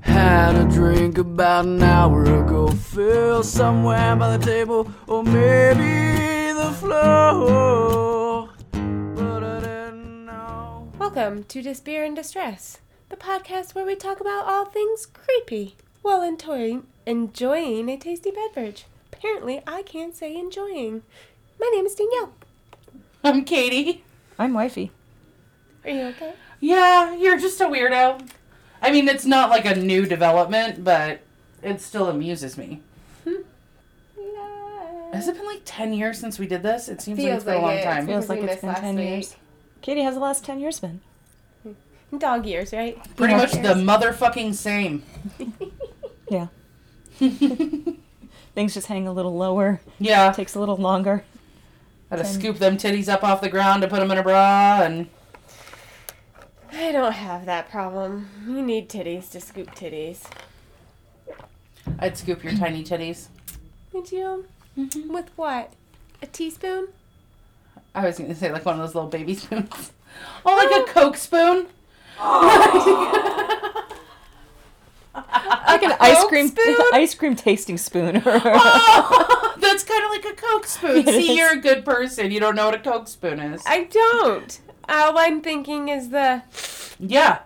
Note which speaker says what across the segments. Speaker 1: had a drink about an hour ago. Fell somewhere by the table, or maybe the floor. But I didn't know.
Speaker 2: Welcome to Despair and Distress, the podcast where we talk about all things creepy while enjoying, enjoying a tasty beverage. Apparently, I can't say enjoying. My name is Danielle.
Speaker 3: I'm Katie.
Speaker 4: I'm wifey.
Speaker 2: Are you okay?
Speaker 3: Yeah, you're just a weirdo. I mean, it's not like a new development, but it still amuses me. Has it been like 10 years since we did this? It seems like it's
Speaker 2: Feels
Speaker 3: been a
Speaker 2: like
Speaker 3: long
Speaker 2: it.
Speaker 3: time.
Speaker 4: Feels
Speaker 2: Because
Speaker 4: like
Speaker 2: we
Speaker 4: it's
Speaker 2: missed
Speaker 4: been
Speaker 2: last
Speaker 4: 10
Speaker 2: week.
Speaker 4: years. Katie, how's the last 10 years been?
Speaker 2: Dog years, right?
Speaker 3: Pretty
Speaker 4: Yeah.
Speaker 3: much the motherfucking same.
Speaker 4: Yeah. Things just hang a little lower,
Speaker 3: Yeah.
Speaker 4: takes a little longer.
Speaker 3: Gotta scoop them titties up off the ground to put them in a bra and.
Speaker 2: I don't have that problem. You need titties to scoop titties.
Speaker 3: I'd scoop your tiny titties.
Speaker 2: Would you? With what? A teaspoon?
Speaker 3: I was gonna say like one of those little baby spoons. Oh, like a Coke spoon?
Speaker 4: Like an ice
Speaker 3: Coke
Speaker 4: cream
Speaker 3: spoon?
Speaker 4: ice cream tasting spoon.
Speaker 3: Oh, that's kind of like a Coke spoon. See,
Speaker 4: Yes.
Speaker 3: you're a good person. You don't know what a Coke spoon is.
Speaker 2: I don't. All I'm thinking is the
Speaker 3: Yeah,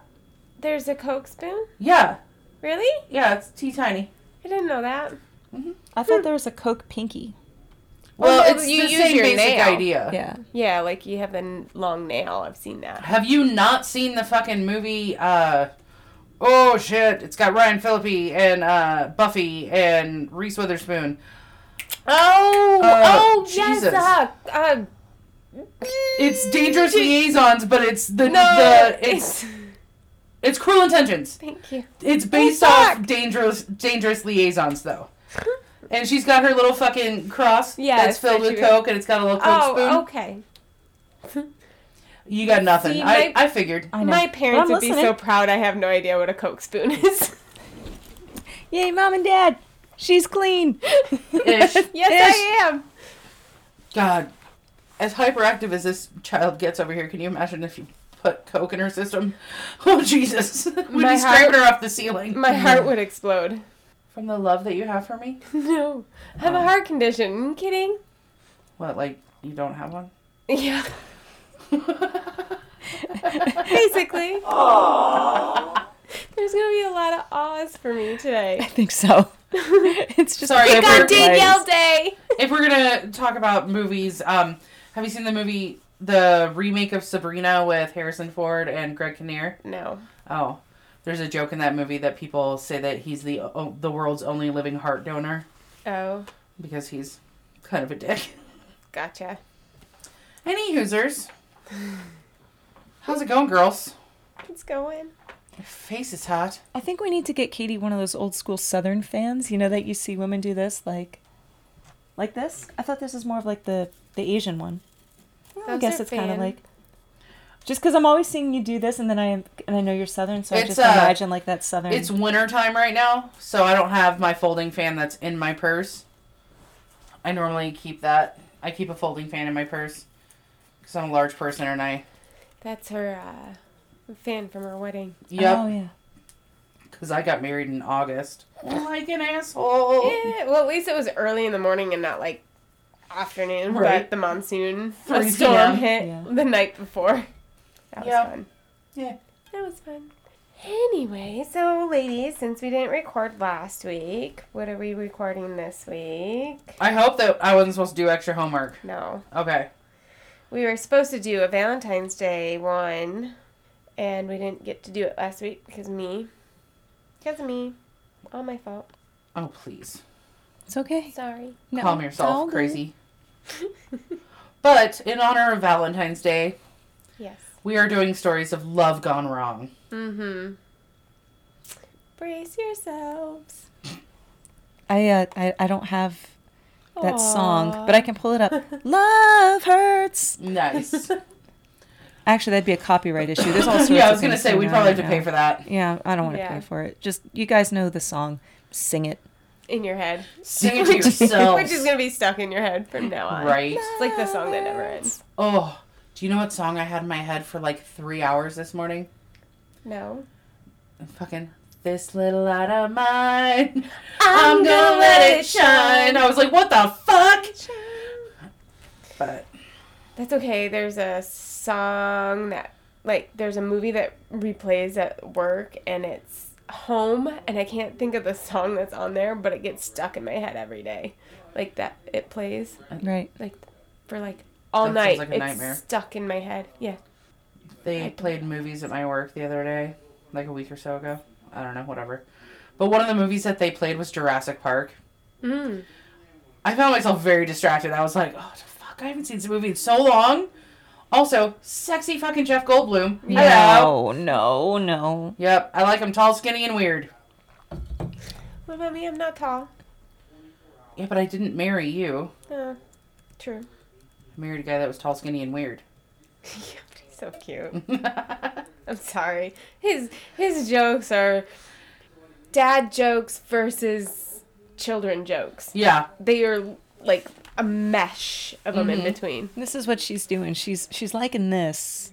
Speaker 2: there's a Coke spoon.
Speaker 3: yeah,
Speaker 2: Really?
Speaker 3: yeah. It's tea tiny.
Speaker 2: I didn't know that.
Speaker 4: I thought there was a Coke pinky.
Speaker 3: Well,
Speaker 2: no,
Speaker 3: it's
Speaker 2: you
Speaker 3: the
Speaker 2: use
Speaker 3: same
Speaker 2: your
Speaker 3: basic
Speaker 2: nail.
Speaker 3: idea.
Speaker 4: Yeah.
Speaker 2: Yeah, like you have the n- long nail. I've seen that.
Speaker 3: Have you not seen the fucking movie? uh Oh shit! It's got Ryan Phillippe and uh Buffy and Reese Witherspoon.
Speaker 2: Oh,
Speaker 3: Uh,
Speaker 2: oh
Speaker 3: Jesus.
Speaker 2: yes. Uh, uh,
Speaker 3: It's Dangerous Liaisons, but it's the
Speaker 2: no,
Speaker 3: the it's it's Cruel Intentions.
Speaker 2: thank you.
Speaker 3: It's based
Speaker 2: Oh,
Speaker 3: off
Speaker 2: fuck.
Speaker 3: dangerous dangerous liaisons though. And she's got her little fucking cross
Speaker 2: Yeah,
Speaker 3: that's filled
Speaker 2: that
Speaker 3: with
Speaker 2: you-
Speaker 3: Coke and it's got a little Coke
Speaker 2: oh,
Speaker 3: spoon.
Speaker 2: okay.
Speaker 3: You got nothing.
Speaker 2: See,
Speaker 3: I,
Speaker 2: my-
Speaker 3: I figured.
Speaker 4: I know.
Speaker 2: My
Speaker 4: But
Speaker 2: parents
Speaker 4: I'm
Speaker 2: would be so
Speaker 4: listening.
Speaker 2: proud. I have no idea what a Coke spoon is.
Speaker 4: Yay, mom and dad. She's clean.
Speaker 3: Ish.
Speaker 2: yes,
Speaker 4: Ish.
Speaker 2: I am.
Speaker 3: God. As hyperactive as this child gets over here, can you imagine if you put Coke in her system? Oh Jesus. We'd
Speaker 2: My
Speaker 3: be
Speaker 2: heart-
Speaker 3: scraping her off the ceiling.
Speaker 2: My heart would explode.
Speaker 3: From the love that you have for me?
Speaker 2: No, I have a heart condition. Are you kidding?
Speaker 3: What, like you don't have one?
Speaker 2: Yeah. Basically. There's gonna be a lot of awes for me today.
Speaker 4: I think so. it's just
Speaker 3: Sorry,
Speaker 4: different
Speaker 3: God,
Speaker 4: ways.
Speaker 2: Danielle Day.
Speaker 3: if we're gonna talk about movies, um, have you seen the movie, the remake of Sabrina with Harrison Ford and Greg Kinnear?
Speaker 2: No.
Speaker 3: Oh, there's a joke in that movie that people say that he's the o the world's only living heart donor
Speaker 2: Oh,
Speaker 3: because he's kind of a dick.
Speaker 2: gotcha.
Speaker 3: Any users? How's it going, girls?
Speaker 2: It's going.
Speaker 3: Your face is hot.
Speaker 4: I think we need to get Katie one of those old school Southern fans. You know that you see women do this, like, like this. I thought this is more of like the the Asian one. Well, I
Speaker 2: Those
Speaker 4: guess
Speaker 2: are
Speaker 4: it's kind of
Speaker 2: fan.
Speaker 4: like. Just because I'm always seeing you do this, and then I am, and I know you're Southern, so
Speaker 3: It's,
Speaker 4: I just
Speaker 3: uh,
Speaker 4: imagine like that Southern. Oh,
Speaker 3: It's winter time right now, so I don't have my folding fan that's in my purse. I normally keep that. I keep a folding fan in my purse because I'm a large person and I.
Speaker 2: That's her uh, fan from her wedding.
Speaker 4: Oh
Speaker 3: Yep.
Speaker 4: yeah. Oh.
Speaker 3: Because I got married in August. Like an asshole.
Speaker 2: Eh, well, at least it was early in the morning and not like afternoon.
Speaker 3: Right.
Speaker 2: But the monsoon, a
Speaker 3: 3
Speaker 2: storm
Speaker 3: p.m.,
Speaker 2: hit
Speaker 4: yeah.
Speaker 2: the night before. That
Speaker 3: Yeah.
Speaker 2: was fun.
Speaker 3: Yeah.
Speaker 2: That was fun. Anyway, so ladies, since we didn't record last week, what are we recording this week?
Speaker 3: I hope that I wasn't supposed to do extra homework.
Speaker 2: No.
Speaker 3: Okay.
Speaker 2: We were supposed to do a Valentine's Day one, and we didn't get to do it last week because of me. Because of me. All my fault.
Speaker 3: Oh, please.
Speaker 4: It's okay.
Speaker 2: Sorry.
Speaker 4: No,
Speaker 3: Calm
Speaker 4: it's all
Speaker 3: yourself,
Speaker 4: good.
Speaker 3: crazy. but in honor of Valentine's Day,
Speaker 2: Yes.
Speaker 3: we are doing stories of love gone wrong.
Speaker 2: Mm hmm. Brace yourselves.
Speaker 4: I, uh, I I don't have that
Speaker 2: Aw.
Speaker 4: song, but I can pull it up. Love hurts.
Speaker 3: Nice.
Speaker 4: Actually, that'd be a copyright issue. There's all sorts.
Speaker 3: yeah, I
Speaker 4: of
Speaker 3: was going to
Speaker 4: things
Speaker 3: say, we
Speaker 4: on
Speaker 3: probably
Speaker 4: right
Speaker 3: have to pay
Speaker 4: now.
Speaker 3: for that.
Speaker 4: Yeah, I don't want to
Speaker 2: Yeah.
Speaker 4: pay for it. Just you guys know the song, sing it.
Speaker 2: In your head.
Speaker 3: Sing it to yourself.
Speaker 2: Which is going to be stuck in your head from now on.
Speaker 3: Right.
Speaker 2: It's like the song that never ends.
Speaker 3: Oh, do you know what song I had in my head for like three hours this morning?
Speaker 2: No.
Speaker 3: Fucking this little light of mine. I'm, gonna let it shine. I was like, what the fuck? But
Speaker 2: That's okay. There's a song that, like, there's a movie that replays at work, and it's home, and I can't think of the song that's on there, but it gets stuck in my head every day. Like, that, it plays,
Speaker 4: Right.
Speaker 2: like, for, like, all
Speaker 3: That
Speaker 2: night.
Speaker 3: sounds like a
Speaker 2: it's
Speaker 3: nightmare.
Speaker 2: stuck in my head. Yeah.
Speaker 3: they played movies at my work the other day, like a week or so ago. I don't know, whatever. But one of the movies that they played was Jurassic Park.
Speaker 2: Mm.
Speaker 3: I found myself very distracted. I was like, oh, the fuck, I haven't seen this movie in so long. Also, sexy fucking Jeff Goldblum. Hello.
Speaker 4: No, no, no.
Speaker 3: Yep, I like him tall, skinny, and weird.
Speaker 2: What about me? I'm not tall.
Speaker 3: Yeah, but I didn't marry you.
Speaker 2: Uh, true.
Speaker 3: I married a guy that was tall, skinny, and weird.
Speaker 2: Yeah, but he's so cute.
Speaker 3: yeah,
Speaker 2: I'm sorry. His his jokes are dad jokes versus children jokes. They are like a mesh of them in between.
Speaker 4: This is what she's doing. She's she's liking this.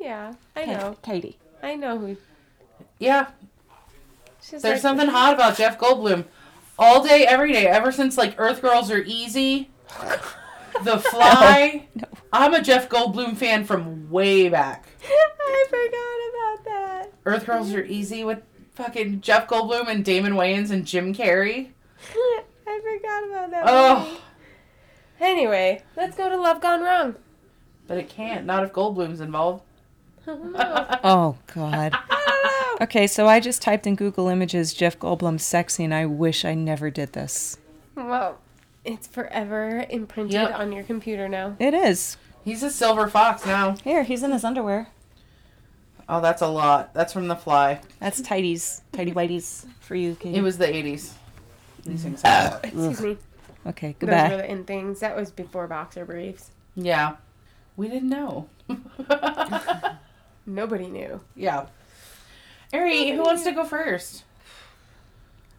Speaker 2: Yeah, I know.
Speaker 4: Katie.
Speaker 2: I know who.
Speaker 3: yeah.
Speaker 2: She's
Speaker 3: There's
Speaker 2: like,
Speaker 3: something hot about Jeff Goldblum. All day, every day, ever since like Earth Girls Are Easy, The Fly. I'm a Jeff Goldblum fan from way back.
Speaker 2: I forgot about that.
Speaker 3: Earth Girls Are Easy with fucking Jeff Goldblum and Damon Wayans and Jim Carrey.
Speaker 2: I forgot about that.
Speaker 3: Oh,
Speaker 2: movie. Anyway, let's go to Love Gone Wrong.
Speaker 3: but it can't. Not if Goldblum's involved.
Speaker 4: Oh God.
Speaker 2: I
Speaker 4: Okay, so I just typed in Google Images Jeff Goldblum sexy, and I wish I never did this.
Speaker 2: don't know. Well, it's forever imprinted
Speaker 3: Yep.
Speaker 2: on your computer now.
Speaker 4: It is.
Speaker 3: He's a silver fox now.
Speaker 4: Here, he's in his underwear.
Speaker 3: Oh, that's a lot. That's from The Fly.
Speaker 4: That's tidies, tidy whities for you, Katie.
Speaker 3: It was the 80s. These things happen.
Speaker 2: Excuse me.
Speaker 4: okay,
Speaker 2: Those were
Speaker 4: goodbye.
Speaker 2: the end things. That was before boxer briefs.
Speaker 3: Yeah. We didn't know.
Speaker 2: Nobody knew.
Speaker 3: yeah. Ari, who wants to go first?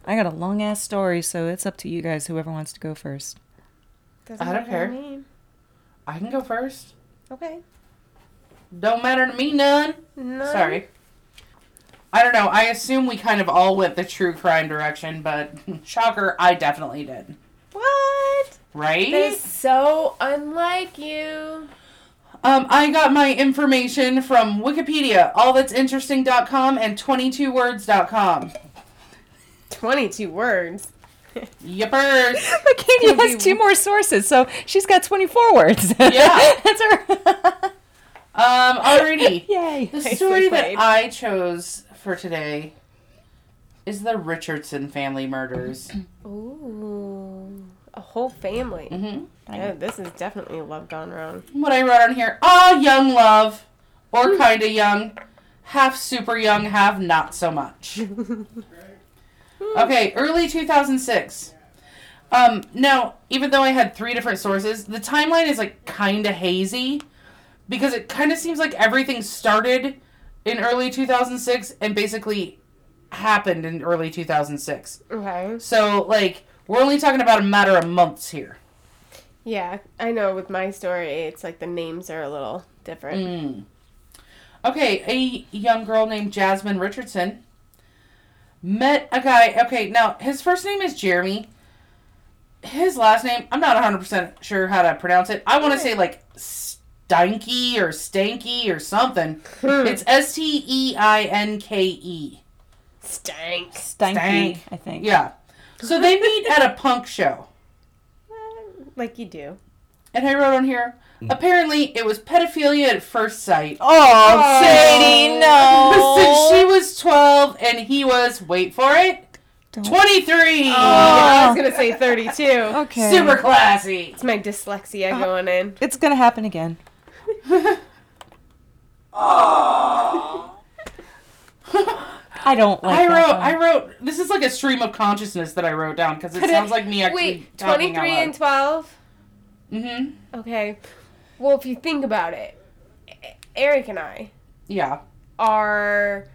Speaker 4: I got a long ass story, so it's up to you guys. Whoever wants to go first.
Speaker 2: Doesn't
Speaker 3: I don't
Speaker 2: matter
Speaker 3: care.
Speaker 2: to me.
Speaker 3: I can go first.
Speaker 2: Okay.
Speaker 3: Don't matter to me none.
Speaker 2: None.
Speaker 3: Sorry. I don't know. I assume we kind of all went the true crime direction, but shocker, I definitely did.
Speaker 2: What?
Speaker 3: Right?
Speaker 2: That is so unlike you.
Speaker 3: Um, I got my information from Wikipedia, allthat'sinteresting.com, and 22words.com.
Speaker 2: 22 words.
Speaker 3: Yippers.
Speaker 4: But Katie
Speaker 2: Could
Speaker 4: has
Speaker 2: be-
Speaker 4: two more sources, so she's got 24 words.
Speaker 3: Yeah.
Speaker 4: That's her.
Speaker 3: Um, already.
Speaker 4: Yay.
Speaker 3: The
Speaker 2: Nicely
Speaker 3: story
Speaker 2: played.
Speaker 3: that I chose for today is the Richardson family murders.
Speaker 2: Ooh. A whole family.
Speaker 3: Mhm.
Speaker 2: Yeah, this is definitely love gone wrong.
Speaker 3: What I wrote on here, ah, young love, or kinda young, half super young, half not so much. Okay, early 2006. Um, now, even though I had three different sources, the timeline is like kind of hazy because it kind of seems like everything started in early 2006 and basically happened in early 2006.
Speaker 2: Okay.
Speaker 3: So, like, we're only talking about a matter of months here.
Speaker 2: Yeah, I know with my story, it's like the names are a little different.
Speaker 3: Mm. Okay, a young girl named Jasmine Richardson met a guy. Okay, now his first name is Jeremy. His last name, I'm not 100% sure how to pronounce it. I want to say like Steinke or Stanky or something. it's S T E I N K E.
Speaker 2: Stank.
Speaker 4: Stanky,
Speaker 3: Stank.
Speaker 4: I think.
Speaker 3: Yeah. So they meet at a punk show.
Speaker 2: Like you do.
Speaker 3: And I wrote on here apparently it was pedophilia at first sight.
Speaker 4: Oh, Sadie,
Speaker 3: Since
Speaker 4: no.
Speaker 3: she was 12 and he was, wait for it,
Speaker 4: Don't-
Speaker 3: 23.
Speaker 2: I
Speaker 4: Oh,
Speaker 2: was going to say 32.
Speaker 4: okay.
Speaker 3: Super classy.
Speaker 2: It's my dyslexia
Speaker 3: Uh-huh.
Speaker 2: going in.
Speaker 4: It's gonna happen again. I don't like
Speaker 3: I
Speaker 4: that
Speaker 3: wrote,
Speaker 4: one.
Speaker 3: I wrote, this is like a stream of consciousness that I wrote down because it sounds like me actually.
Speaker 2: Wait, 23 and 12?
Speaker 3: Mm hmm.
Speaker 2: Okay. Well, if you think about it, E- Eric and I
Speaker 3: Yeah.
Speaker 2: are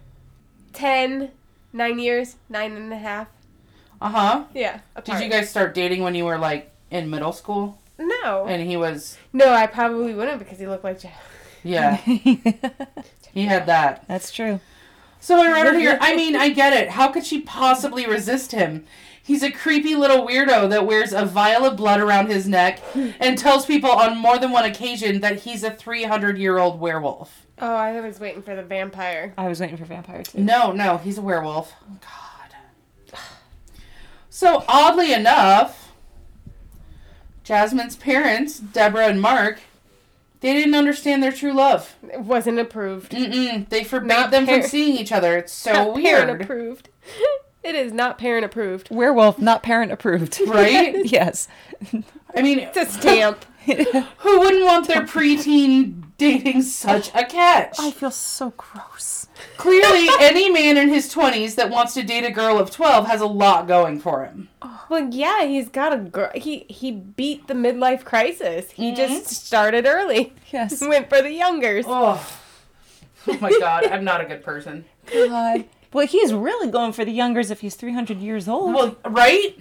Speaker 2: 10, 9 years, nine and a half.
Speaker 3: Uh huh.
Speaker 2: Yeah.
Speaker 3: Did
Speaker 2: Apart.
Speaker 3: you guys start dating when you were like in middle school?
Speaker 2: No.
Speaker 3: And he was,
Speaker 2: no, I probably wouldn't because he looked like Jeff.
Speaker 3: yeah, he had that.
Speaker 4: That's true.
Speaker 3: So I wrote it here. I mean, I get it. How could she possibly resist him? He's a creepy little weirdo that wears a vial of blood around his neck and tells people on more than one occasion that he's a 300 year old werewolf.
Speaker 2: Oh, I was waiting for the vampire.
Speaker 4: I was waiting for vampire too.
Speaker 3: No, no, he's a werewolf. Oh, God. So oddly enough, Jasmine's parents, Deborah and Mark, they didn't understand their true love.
Speaker 2: It wasn't approved.
Speaker 3: Mm-mm. They forbade
Speaker 2: Not
Speaker 3: them
Speaker 2: parent-
Speaker 3: from seeing each other. It's so
Speaker 2: Not
Speaker 3: weird,
Speaker 2: parent approved. it is not parent approved.
Speaker 4: Werewolf, not parent approved.
Speaker 3: right?
Speaker 4: yes.
Speaker 3: I mean,
Speaker 2: It's a stamp.
Speaker 3: who wouldn't want their preteen dating such a catch?
Speaker 4: I feel so gross.
Speaker 3: Clearly, any man in his twenties that wants to date a girl of twelve has a lot going for him.
Speaker 2: well, yeah, he's got a girl. He he beat the midlife crisis. He
Speaker 3: Mm-hmm.
Speaker 2: just started early.
Speaker 4: Yes.
Speaker 2: Went for the youngers.
Speaker 3: Oh, oh my God, I'm not a good person.
Speaker 4: Oh God. Well, he's really going for the youngers if he's 300 years old.
Speaker 3: Well, right?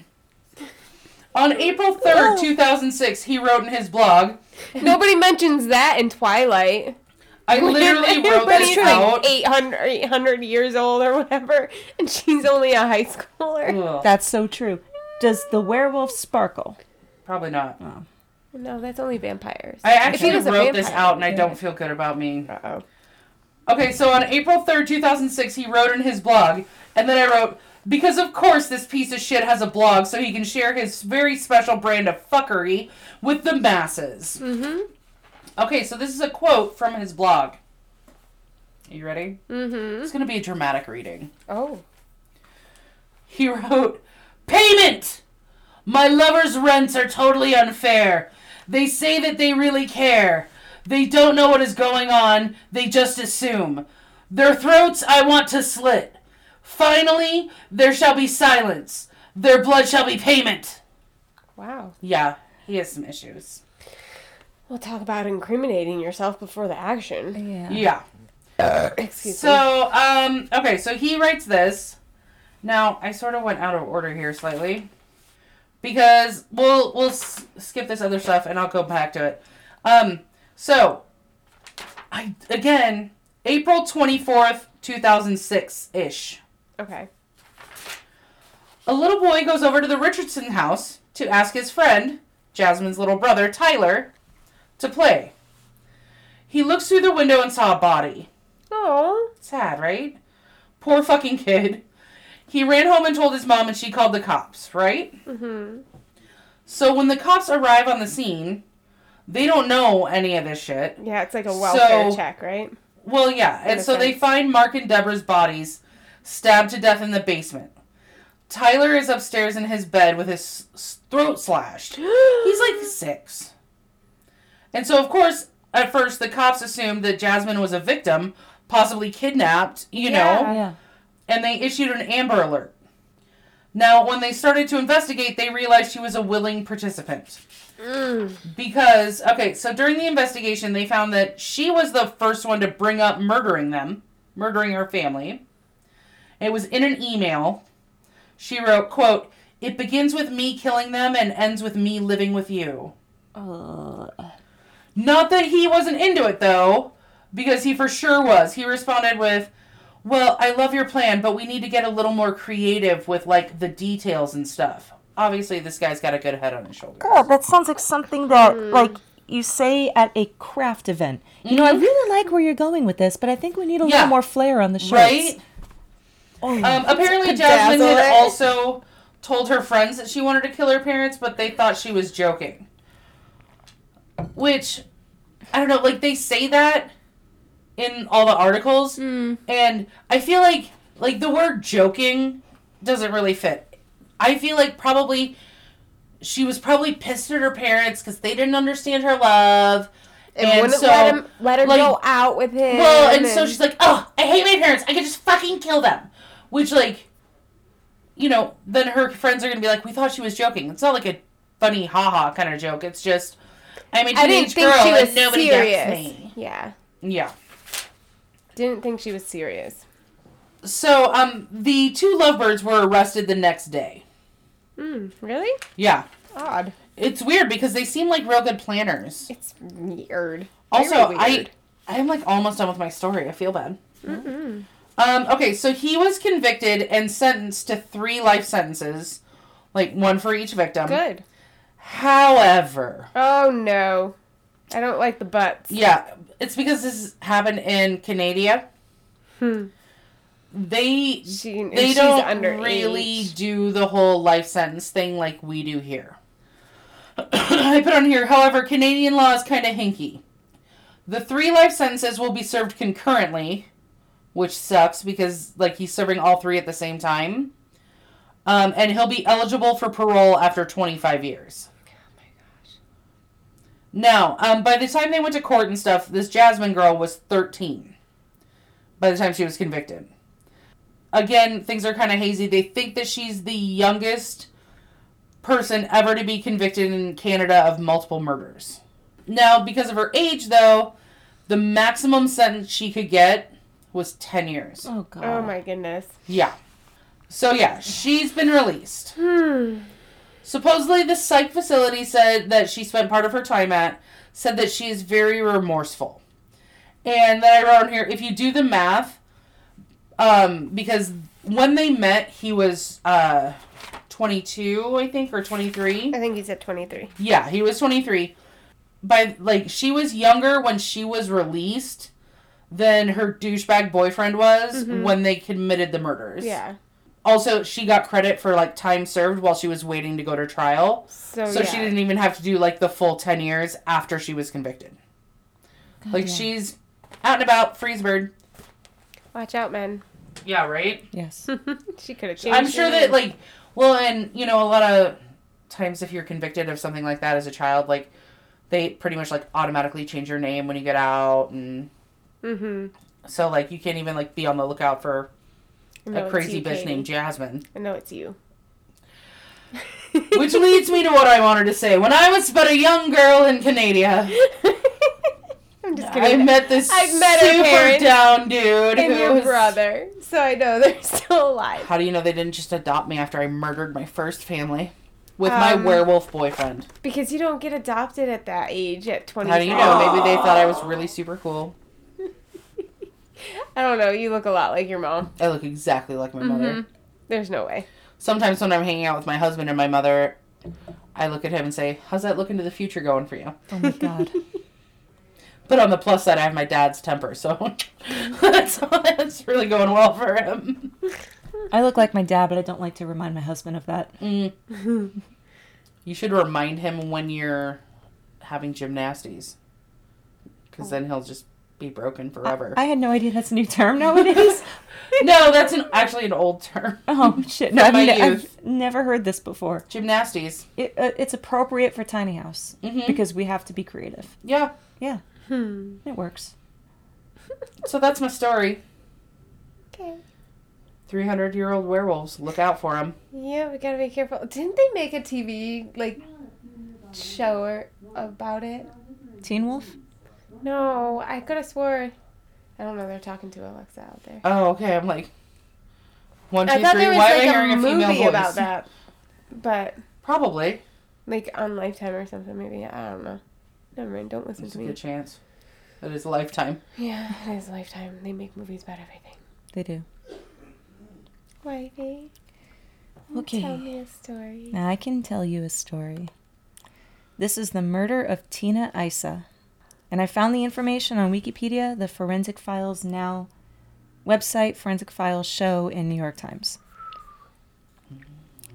Speaker 3: On April third, two thousand six, he wrote in his blog,
Speaker 2: Nobody mentions that in Twilight.
Speaker 3: "I literally wrote
Speaker 2: Everybody's
Speaker 3: this
Speaker 2: like
Speaker 3: out."
Speaker 2: 800, 800 years old or whatever, and she's only a high schooler.
Speaker 3: Ugh,
Speaker 4: That's so true. Does the werewolf sparkle?
Speaker 3: probably not.
Speaker 2: No, that's only vampires.
Speaker 3: I
Speaker 2: If he
Speaker 3: actually
Speaker 2: was a
Speaker 3: wrote this
Speaker 2: vampire,
Speaker 3: out, and I
Speaker 4: yeah.
Speaker 3: don't feel good about me.
Speaker 2: Uh-oh.
Speaker 3: Okay, so on April 3rd, 2006, he wrote in his blog, and then I wrote, because of course this piece of shit has a blog so he can share his very special brand of fuckery with the masses. Mm-hmm. Okay, so this is a quote from his blog. Are you ready? Mm-hmm. It's going to be a dramatic reading.
Speaker 2: Oh.
Speaker 3: He wrote, Payment! My lover's rents are totally unfair. They say that they really care. They don't know what is going on, they just assume. Their throats I want to slit. Finally, there shall be silence. Their blood shall be payment.
Speaker 2: Wow.
Speaker 3: Yeah, he has some issues.
Speaker 2: We'll talk about incriminating yourself before the action.
Speaker 4: Yeah.
Speaker 3: Yeah.
Speaker 2: Excuse me.
Speaker 3: So, um, okay, so he writes this. Now, I sort of went out of order here slightly because we'll we'll s- skip this other stuff and I'll go back to it. Um, so I again, April 24th, 2006-ish.
Speaker 2: Okay.
Speaker 3: A little boy goes over to the Richardson house to ask his friend, Jasmine's little brother, Tyler, to play. He looks through the window and saw a body.
Speaker 2: Oh.
Speaker 3: Sad, right? Poor fucking kid. He ran home and told his mom, and she called the cops, right? Mm-hmm. So when the cops arrive on the scene, they don't know any of this shit.
Speaker 2: Yeah, it's like a welfare
Speaker 3: So-
Speaker 2: check, right?
Speaker 3: Well, yeah, and so they
Speaker 2: sense.
Speaker 3: find Mark and Deborah's bodies stabbed to death in the basement. Tyler is upstairs in his bed with his s- s- throat slashed. He's like six. And so, of course, at first, the cops assumed that Jasmine was a victim, possibly kidnapped, you know?
Speaker 2: Yeah.
Speaker 4: Yeah.
Speaker 3: and they issued an Amber Alert. Now, when they started to investigate, they realized she was a willing participant. Mm. Because, okay, so during the investigation, they found that she was the first one to bring up murdering them, murdering her family. It was in an email. She wrote, quote, It begins with me killing them and ends with me living with you. Not that he wasn't into it, though, because he for sure was. He responded with, well, I love your plan, but we need to get a little more creative with like the details and stuff. Obviously, this guy's got a good head on his shoulders.
Speaker 4: Oh, that sounds like something that like you say at a craft event. You know, I really like where you're going with this, but I think we need a
Speaker 3: Yeah.
Speaker 4: little more flair on the shirts.
Speaker 3: Right?
Speaker 4: Oh,
Speaker 3: Um, apparently, Jasmine
Speaker 2: Bedazzle
Speaker 3: had
Speaker 2: it.
Speaker 3: also told her friends that she wanted to kill her parents, but they thought she was joking. Which, I don't know, like they say that in all the articles,
Speaker 2: Hmm.
Speaker 3: and I feel like like the word joking doesn't really fit. I feel like probably she was probably pissed at her parents because they didn't understand her love.
Speaker 2: And, wouldn't let him let her
Speaker 3: like-
Speaker 2: go out with him.
Speaker 3: Well, and so she's like, "Oh, I hate my parents. I could just fucking kill them," which, like, you know, then her friends are gonna be like, "We thought she was joking." It's not like a funny haha kind of joke. It's just, I'm a teenage
Speaker 2: I didn't think
Speaker 3: girl
Speaker 2: she was
Speaker 3: and nobody
Speaker 2: serious.
Speaker 3: gets me.
Speaker 2: Yeah.
Speaker 3: Yeah.
Speaker 2: Didn't think she was serious.
Speaker 3: So, um, the two lovebirds were arrested the next day.
Speaker 2: Mm, really?
Speaker 3: Yeah.
Speaker 2: Odd.
Speaker 3: It's weird because they seem like real good planners.
Speaker 2: It's weird.
Speaker 3: Also,
Speaker 2: Very
Speaker 3: I
Speaker 2: weird.
Speaker 3: I'm like almost done with my story. I feel bad. Um, okay, so he was convicted and sentenced to three life sentences, like one for each victim.
Speaker 2: Good.
Speaker 3: However,
Speaker 2: Oh no, I don't like the butts.
Speaker 3: yeah, it's because this happened in Canada.
Speaker 2: Hmm.
Speaker 3: They
Speaker 2: She, and
Speaker 3: they
Speaker 2: she's
Speaker 3: don't
Speaker 2: underage.
Speaker 3: really do the whole life sentence thing like we do here. I put on here, however, Canadian law is kind of hinky. The three life sentences will be served concurrently, which sucks because like he's serving all three at the same time. Um, and he'll be eligible for parole after 25 years. Now, um, by the time they went to court and stuff, this Jasmine girl was 13 by the time she was convicted again, things are kind of hazy. They think that she's the youngest person ever to be convicted in Canada of multiple murders. Now, because of her age, though, the maximum sentence she could get was 10 years.
Speaker 4: Oh god.
Speaker 2: Oh my goodness.
Speaker 3: Yeah. So, yeah, she's been released. Hmm. Supposedly, the psych facility said that she spent part of her time at said that she is very remorseful. And then I wrote on here if you do the math, um, because when they met, he was uh, 22, I think, or 23.
Speaker 2: I think he's at 23.
Speaker 3: Yeah, he was 23. By like she was younger when she was released than her douchebag boyfriend was when they committed the murders.
Speaker 2: Yeah.
Speaker 3: Also, she got credit for like time served while she was waiting to go to trial.
Speaker 2: So,
Speaker 3: so
Speaker 2: Oh, yeah.
Speaker 3: she didn't even have to do like the full 10 years after she was convicted. like
Speaker 4: yeah.
Speaker 3: she's out and about, freeze bird.
Speaker 2: Watch out, men.
Speaker 3: Yeah, right?
Speaker 4: Yes.
Speaker 2: she could have changed.
Speaker 3: I'm sure
Speaker 2: her
Speaker 3: that
Speaker 2: name.
Speaker 3: like well and you know a lot of times if you're convicted of something like that as a child like they pretty much like automatically change your name when you get out and
Speaker 2: Mhm.
Speaker 3: so like you can't even like be on the lookout for
Speaker 2: I know
Speaker 3: a
Speaker 2: it's
Speaker 3: crazy
Speaker 2: you,
Speaker 3: bitch
Speaker 2: Katie.
Speaker 3: named Jasmine
Speaker 2: I know it's you.
Speaker 3: which leads me to what I wanted to say when I was but a young girl in Canada
Speaker 2: I'm just
Speaker 3: I
Speaker 2: kidding.
Speaker 3: met this
Speaker 2: I've met her
Speaker 3: super
Speaker 2: parents
Speaker 3: down dude
Speaker 2: and
Speaker 3: who
Speaker 2: your
Speaker 3: was-
Speaker 2: brother, so I know they're still alive.
Speaker 3: how do you know they didn't just adopt me after I murdered my first family with my
Speaker 2: Um,
Speaker 3: werewolf boyfriend
Speaker 2: Because you don't get adopted at that age at 20.
Speaker 3: how do you know maybe they thought I was really super cool
Speaker 2: I don't know. You look a lot like your mom.
Speaker 3: I look exactly like my
Speaker 2: Mm-hmm.
Speaker 3: mother.
Speaker 2: There's no way.
Speaker 3: Sometimes when I'm hanging out with my husband and my mother, I look at him and say, How's that look into the future going for you?
Speaker 4: Oh my god.
Speaker 3: But on the plus side, I have my dad's temper, so that's, that's really going well for him.
Speaker 4: I look like my dad, but I don't like to remind my husband of that.
Speaker 3: Mm. You should remind him when you're having gymnastics, because then he'll just be broken forever.
Speaker 4: I had no idea that's a new term nowadays.
Speaker 3: no, that's an actually an old term.
Speaker 2: Uh-huh.
Speaker 4: oh shit! No, I've,
Speaker 3: From my
Speaker 4: ne-
Speaker 3: youth.
Speaker 4: I've never heard this before.
Speaker 3: Gymnastics.
Speaker 4: It, uh, it's appropriate for tiny house
Speaker 3: Mhm.
Speaker 4: because we have to be creative.
Speaker 3: Yeah.
Speaker 4: Yeah,
Speaker 2: Hmm.
Speaker 4: it works.
Speaker 3: So that's my story.
Speaker 2: Okay.
Speaker 3: 300 year old werewolves. Look out for them.
Speaker 2: Yeah, we gotta be careful. Didn't they make a TV like show or- about it?
Speaker 4: Teen Wolf.
Speaker 2: No, I could have swore. I don't know. They're talking to Alexa out there.
Speaker 3: Oh, okay. I'm like, one, two,
Speaker 2: I
Speaker 3: three.
Speaker 2: thought there was
Speaker 3: Why am
Speaker 2: like
Speaker 3: I hearing
Speaker 2: a
Speaker 3: a female
Speaker 2: movie
Speaker 3: voice?
Speaker 2: about that, but
Speaker 3: Probably.
Speaker 2: like on Lifetime or something. Maybe I don't know. Never mind. Don't listen
Speaker 3: There's
Speaker 2: to
Speaker 3: a
Speaker 2: me.
Speaker 3: good chance. That is lifetime.
Speaker 2: Yeah, it is Lifetime. They make movies about everything.
Speaker 4: They do.
Speaker 2: Wifey, tell
Speaker 4: Okay.
Speaker 2: me a story.
Speaker 4: Now I can tell you a story. This is the murder of Tina Isa, and I found the information on Wikipedia, the Forensic Files Now website, Forensic Files show in New York Times.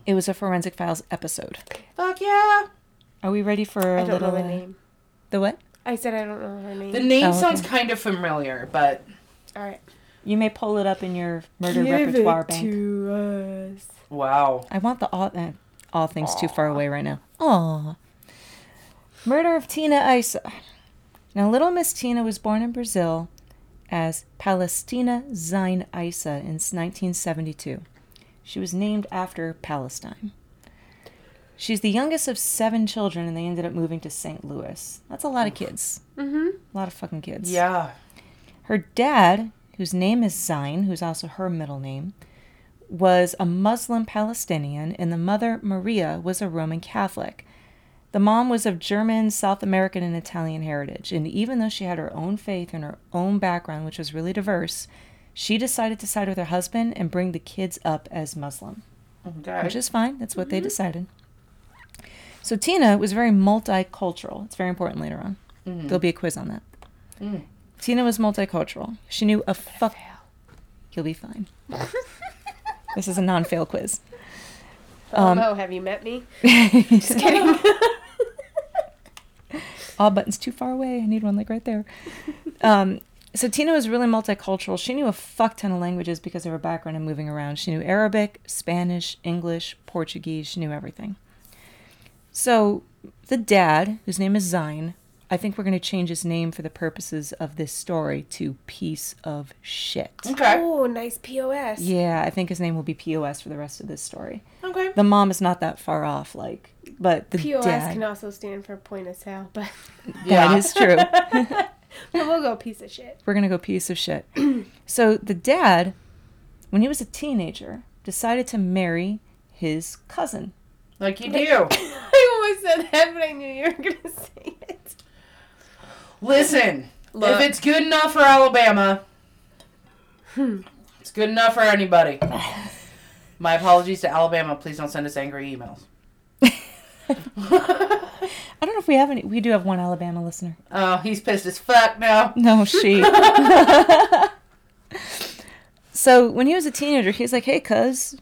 Speaker 4: It was a Forensic Files episode.
Speaker 3: Fuck yeah.
Speaker 4: Are we ready for a
Speaker 2: I don't
Speaker 4: little
Speaker 2: know the
Speaker 4: uh,
Speaker 2: name.
Speaker 4: The what?
Speaker 2: I said I don't know her name.
Speaker 3: The name
Speaker 4: Oh, okay.
Speaker 3: sounds kind of familiar, but
Speaker 2: All right.
Speaker 4: You may pull it up in your murder repertoire bank.
Speaker 2: to us.
Speaker 3: wow.
Speaker 4: I want the all, uh, all things too far away right now. Aw. Murder of Tina Isa. Now, little Miss Tina was born in Brazil as Palestina Zine Isa in 1972. She was named after Palestine. She's the youngest of seven children, and they ended up moving to St. Louis. That's a lot of kids.
Speaker 2: Mm-hmm.
Speaker 4: A lot of fucking kids.
Speaker 3: Yeah.
Speaker 4: Her dad, whose name is Zine, who's also her middle name, was a Muslim Palestinian, and the mother, Maria, was a Roman Catholic. The mom was of German, South American, and Italian heritage, and even though she had her own faith and her own background, which was really diverse, She decided to side with her husband and bring the kids up as Muslim,
Speaker 3: Okay.
Speaker 4: which is fine. That's what they decided. So Tina was very multicultural. It's very important later on. There'll be a quiz on that.
Speaker 3: Mm-hmm. Mm.
Speaker 4: Tina was multicultural. She knew a fuck. You'll be fine. this is a non-fail quiz. Um,
Speaker 2: oh, have you met me?
Speaker 4: Just
Speaker 2: kidding.
Speaker 4: all oh, buttons too far away. I need one like right there. Um, so Tina was really multicultural. She knew a fuck ton of languages because of her background and moving around. She knew Arabic, Spanish, English, Portuguese. She knew everything. So the dad, whose name is Zine, I think we're going to change his name for the purposes of this story to piece of shit.
Speaker 3: Okay.
Speaker 2: Oh, nice POS.
Speaker 4: Yeah, I think his name will be POS for the rest of this story.
Speaker 3: Okay.
Speaker 4: The mom is not that far off, like, but the
Speaker 2: POS
Speaker 4: dad.
Speaker 2: can also stand for point of sale, but,
Speaker 4: That is true.
Speaker 2: but we'll go piece of shit.
Speaker 4: We're going to go piece of shit. so the dad, when he was a teenager, decided to marry his cousin.
Speaker 3: Like you do.
Speaker 2: I almost said that, but I knew you were going to say it.
Speaker 3: Listen, if
Speaker 2: Look.
Speaker 3: it's good enough for Alabama,
Speaker 4: Hmm.
Speaker 3: it's good enough for anybody. My apologies to Alabama. Please don't send us angry emails.
Speaker 4: I don't know if we have any. We do have one Alabama listener.
Speaker 3: Oh, he's pissed as fuck now.
Speaker 4: No, she. so when he was a teenager, he's like, hey, cuz,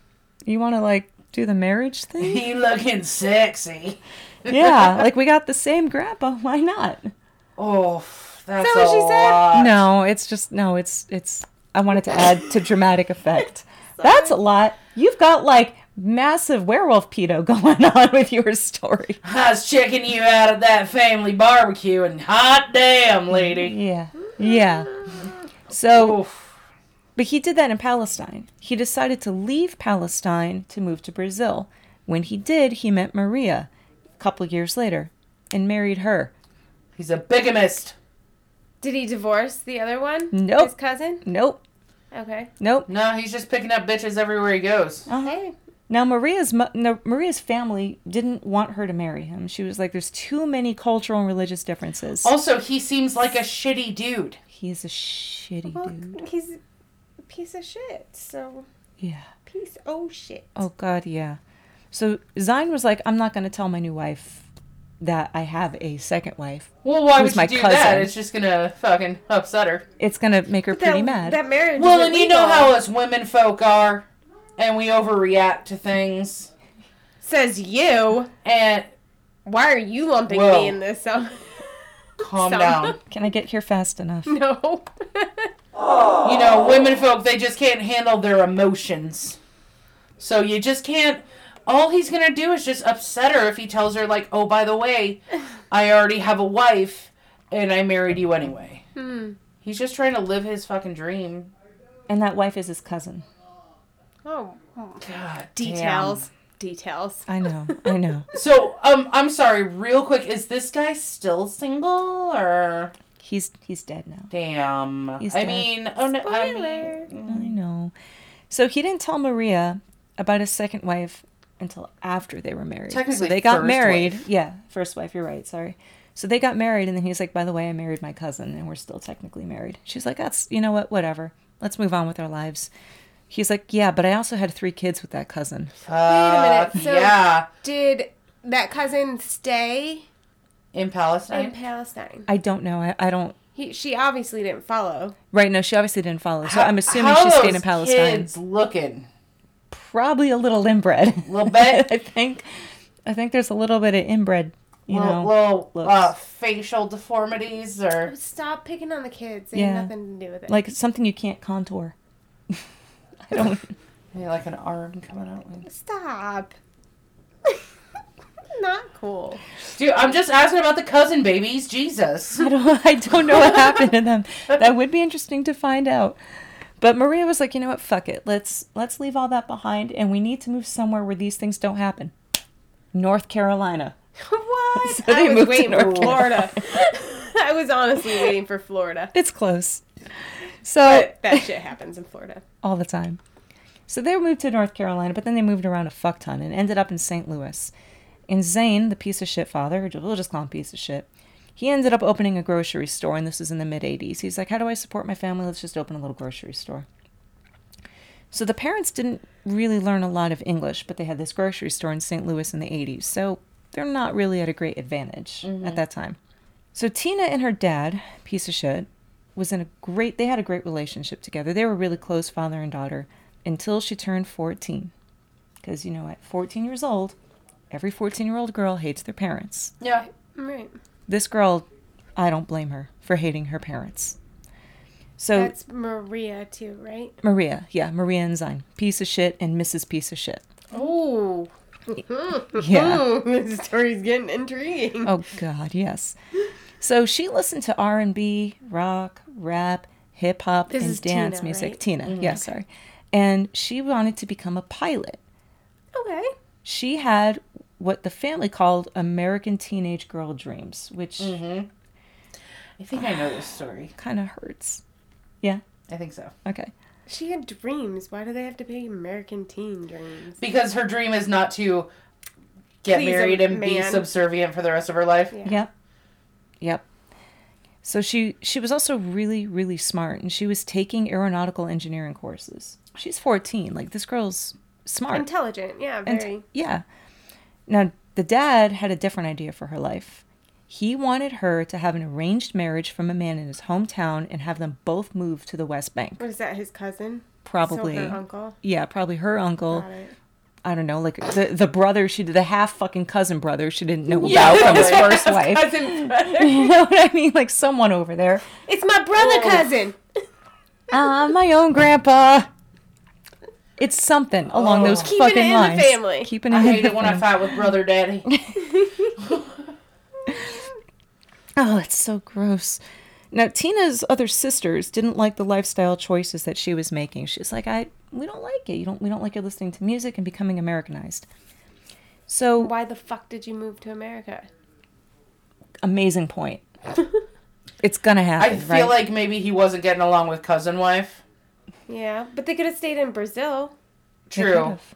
Speaker 4: you want to, like, do the marriage thing?
Speaker 3: He looking sexy.
Speaker 4: yeah, like, we got the same grandpa. Why not?
Speaker 3: Oh, that's
Speaker 4: Is that what she
Speaker 3: a
Speaker 4: said?
Speaker 3: lot.
Speaker 4: No, it's just no, it's it's I wanted to add to dramatic effect. That's a lot. You've got like massive werewolf pedo going on with your story.
Speaker 3: I was checking you out at that family barbecue, and hot damn, lady.
Speaker 4: Yeah. Yeah. So
Speaker 3: Oof.
Speaker 4: but he did that in Palestine. He decided to leave Palestine to move to Brazil. When he did, he met Maria a couple years later and married her.
Speaker 3: He's a bigamist.
Speaker 2: Did he divorce the other one?
Speaker 4: Nope.
Speaker 2: His cousin?
Speaker 4: Nope.
Speaker 2: Okay.
Speaker 4: Nope.
Speaker 3: No, he's just picking up bitches everywhere he goes.
Speaker 4: Uh-huh.
Speaker 2: Hey.
Speaker 4: Now Maria's mo- no, Maria's family didn't want her to marry him. She was like, "There's too many cultural and religious differences."
Speaker 3: Also, he seems like a shitty dude.
Speaker 4: He is a shitty
Speaker 2: Well,
Speaker 4: dude.
Speaker 2: he's a piece of shit, so
Speaker 4: Yeah.
Speaker 2: piece oh shit.
Speaker 4: Oh God, yeah. So Zine was like, "I'm not going to tell my new wife that I have a second wife.
Speaker 3: Well, why
Speaker 4: Who's
Speaker 3: would
Speaker 4: my
Speaker 3: you do
Speaker 4: cousin.
Speaker 3: that? It's just gonna fucking upset her.
Speaker 4: It's going to make her pretty
Speaker 2: that,
Speaker 4: mad."
Speaker 2: That marriage.
Speaker 3: Well,
Speaker 2: is
Speaker 3: and you know
Speaker 2: illegal.
Speaker 3: how us women folk are, and we overreact to things.
Speaker 2: says you.
Speaker 3: And
Speaker 2: Why are you lumping
Speaker 3: Whoa.
Speaker 2: me in this? So
Speaker 3: calm
Speaker 2: Some.
Speaker 3: down.
Speaker 4: Can I get here fast enough?
Speaker 2: no.
Speaker 3: You know, women folk they just can't handle their emotions. So you just can't. All he's gonna do is just upset her if he tells her like, "Oh, by the way, I already have a wife, and I married you anyway."
Speaker 2: hmm.
Speaker 3: He's just trying to live his fucking dream.
Speaker 4: And that wife is his cousin.
Speaker 2: Oh.
Speaker 3: God damn.
Speaker 2: Details. Details.
Speaker 4: I know. I know.
Speaker 3: So, um, I'm sorry, real quick, is this guy still single or
Speaker 4: He's he's dead now.
Speaker 3: damn?
Speaker 4: He's
Speaker 3: I
Speaker 4: dead.
Speaker 3: mean, oh no, I mean,
Speaker 2: Spoiler.
Speaker 4: I
Speaker 3: Mm-hmm.
Speaker 4: know. So he didn't tell Maria about his second wife until after they were married. so
Speaker 3: Technically
Speaker 4: they got
Speaker 3: first
Speaker 4: married.
Speaker 3: wife.
Speaker 4: Yeah, first wife. You're right. Sorry. So they got married, and then he was like, "By the way, I married my cousin, and we're still technically married." She's like, "That's you know what? Whatever. Let's move on with our lives." He's like, "Yeah, but I also had three kids with that cousin."
Speaker 3: fuck,
Speaker 2: minute, so-
Speaker 3: yeah,
Speaker 2: Did that cousin stay
Speaker 3: in
Speaker 2: in
Speaker 3: Palestine.
Speaker 2: Palestine?
Speaker 4: I don't know. I, I don't.
Speaker 2: He, she obviously didn't follow.
Speaker 4: Right? No, she obviously didn't follow. So I'm assuming
Speaker 3: How
Speaker 4: she stayed in
Speaker 3: those
Speaker 4: Palestine.
Speaker 3: Kids looking
Speaker 4: Probably a little inbred. A
Speaker 3: Little bit?
Speaker 4: I think. I think there's a little bit of inbred. You
Speaker 3: little,
Speaker 4: know.
Speaker 3: little
Speaker 4: looks.
Speaker 3: uh, facial deformities or
Speaker 2: Stop picking on the kids. They
Speaker 4: Yeah.
Speaker 2: have nothing to do with it.
Speaker 4: like it's something you can't contour. I don't.
Speaker 3: maybe like an arm coming out. like-
Speaker 2: Stop. Not cool.
Speaker 3: Dude, I'm just asking about the cousin babies. Jesus.
Speaker 4: I don't. I don't know what happened to them. That would be interesting to find out. But Maria was like, you know what? Fuck it. Let's let's leave all that behind, and we need to move somewhere where these things don't happen. North Carolina.
Speaker 2: what?
Speaker 4: So
Speaker 2: I
Speaker 4: they moved
Speaker 2: was
Speaker 4: to
Speaker 2: waiting for
Speaker 4: North
Speaker 2: Florida. I was honestly waiting for Florida.
Speaker 4: It's close. So
Speaker 2: But that shit happens in Florida.
Speaker 4: all the time. So they moved to North Carolina, but then they moved around a fuck ton and ended up in St. Louis. And Zane, the piece of shit father, or we'll just call him piece of shit, he ended up opening a grocery store, and this was in the mid 80s. He's like, How do I support my family? Let's just open a little grocery store. So the parents didn't really learn a lot of English, but they had this grocery store in St. Louis in the 80s. So they're not really at a great advantage at that time. So Tina and her dad, piece of shit, was in a great they had a great relationship together. They were really close father and daughter until she turned 14. Cuz you know at 14 years old, every 14-year-old girl hates their parents.
Speaker 3: Yeah.
Speaker 2: Right.
Speaker 4: This girl, I don't blame her for hating her parents. So
Speaker 2: That's Maria too, right?
Speaker 4: Maria, yeah, Maria Enzyme, piece of shit, and Mrs. Piece of shit.
Speaker 2: Oh.
Speaker 4: Yeah.
Speaker 2: this story's getting intriguing.
Speaker 4: Oh God, yes. So she listened to R and B, rock, rap, hip hop,
Speaker 2: This
Speaker 4: and
Speaker 2: is
Speaker 4: dance
Speaker 2: Tina,
Speaker 4: music.
Speaker 2: right? Mm-hmm.
Speaker 4: Tina, yeah, sorry. And she wanted to become a pilot.
Speaker 2: Okay.
Speaker 4: She had what the family called American teenage girl dreams, which
Speaker 2: Mm.
Speaker 3: Mm-hmm. I think I know this story.
Speaker 4: kind of hurts.
Speaker 3: I think so.
Speaker 4: Okay.
Speaker 2: She had dreams. Why do they have to be American teen dreams?
Speaker 3: Because her dream is not to get
Speaker 2: Please a
Speaker 3: married and be
Speaker 2: man.
Speaker 3: subservient for the rest of her life.
Speaker 2: Yeah.
Speaker 4: Yep. Yep. So she she was also really really smart, and she was taking aeronautical engineering courses. She's fourteen. Like this girl's smart.
Speaker 2: Intelligent, yeah,
Speaker 4: And-
Speaker 2: very.
Speaker 4: yeah. Now, the dad had a different idea for her life. He wanted her to have an arranged marriage from a man in his hometown and have them both move to the West Bank.
Speaker 2: What is that? His cousin?
Speaker 4: Probably.
Speaker 2: So her uncle.
Speaker 4: yeah, probably her uncle.
Speaker 2: Got it.
Speaker 4: I don't know, like the, the brother she the half fucking cousin brother she didn't know
Speaker 3: Yeah,
Speaker 4: about from his
Speaker 3: probably.
Speaker 4: first wife.
Speaker 3: Cousin-
Speaker 4: You know what I mean? Like someone over there.
Speaker 2: It's my brother
Speaker 4: Oh.
Speaker 2: cousin.
Speaker 4: Ah, my own grandpa. It's something along those
Speaker 2: Keeping it
Speaker 4: fucking
Speaker 2: in the
Speaker 4: lines.
Speaker 2: family.
Speaker 4: Keeping it
Speaker 3: Oh. I
Speaker 4: in
Speaker 3: hate
Speaker 4: the
Speaker 3: it when I
Speaker 4: family.
Speaker 3: fight with brother daddy.
Speaker 4: Oh, it's so gross. Now Tina's other sisters didn't like the lifestyle choices that she was making. She's like, I we don't like it. You don't we don't like you listening to music and becoming Americanized. So
Speaker 2: Why the fuck did you move to America?
Speaker 4: amazing point. it's gonna
Speaker 3: I
Speaker 4: happen,
Speaker 3: feel
Speaker 4: right?
Speaker 3: like maybe he wasn't getting along with cousin wife.
Speaker 2: Yeah, but they could have stayed in Brazil.
Speaker 4: They
Speaker 3: True.
Speaker 4: could've.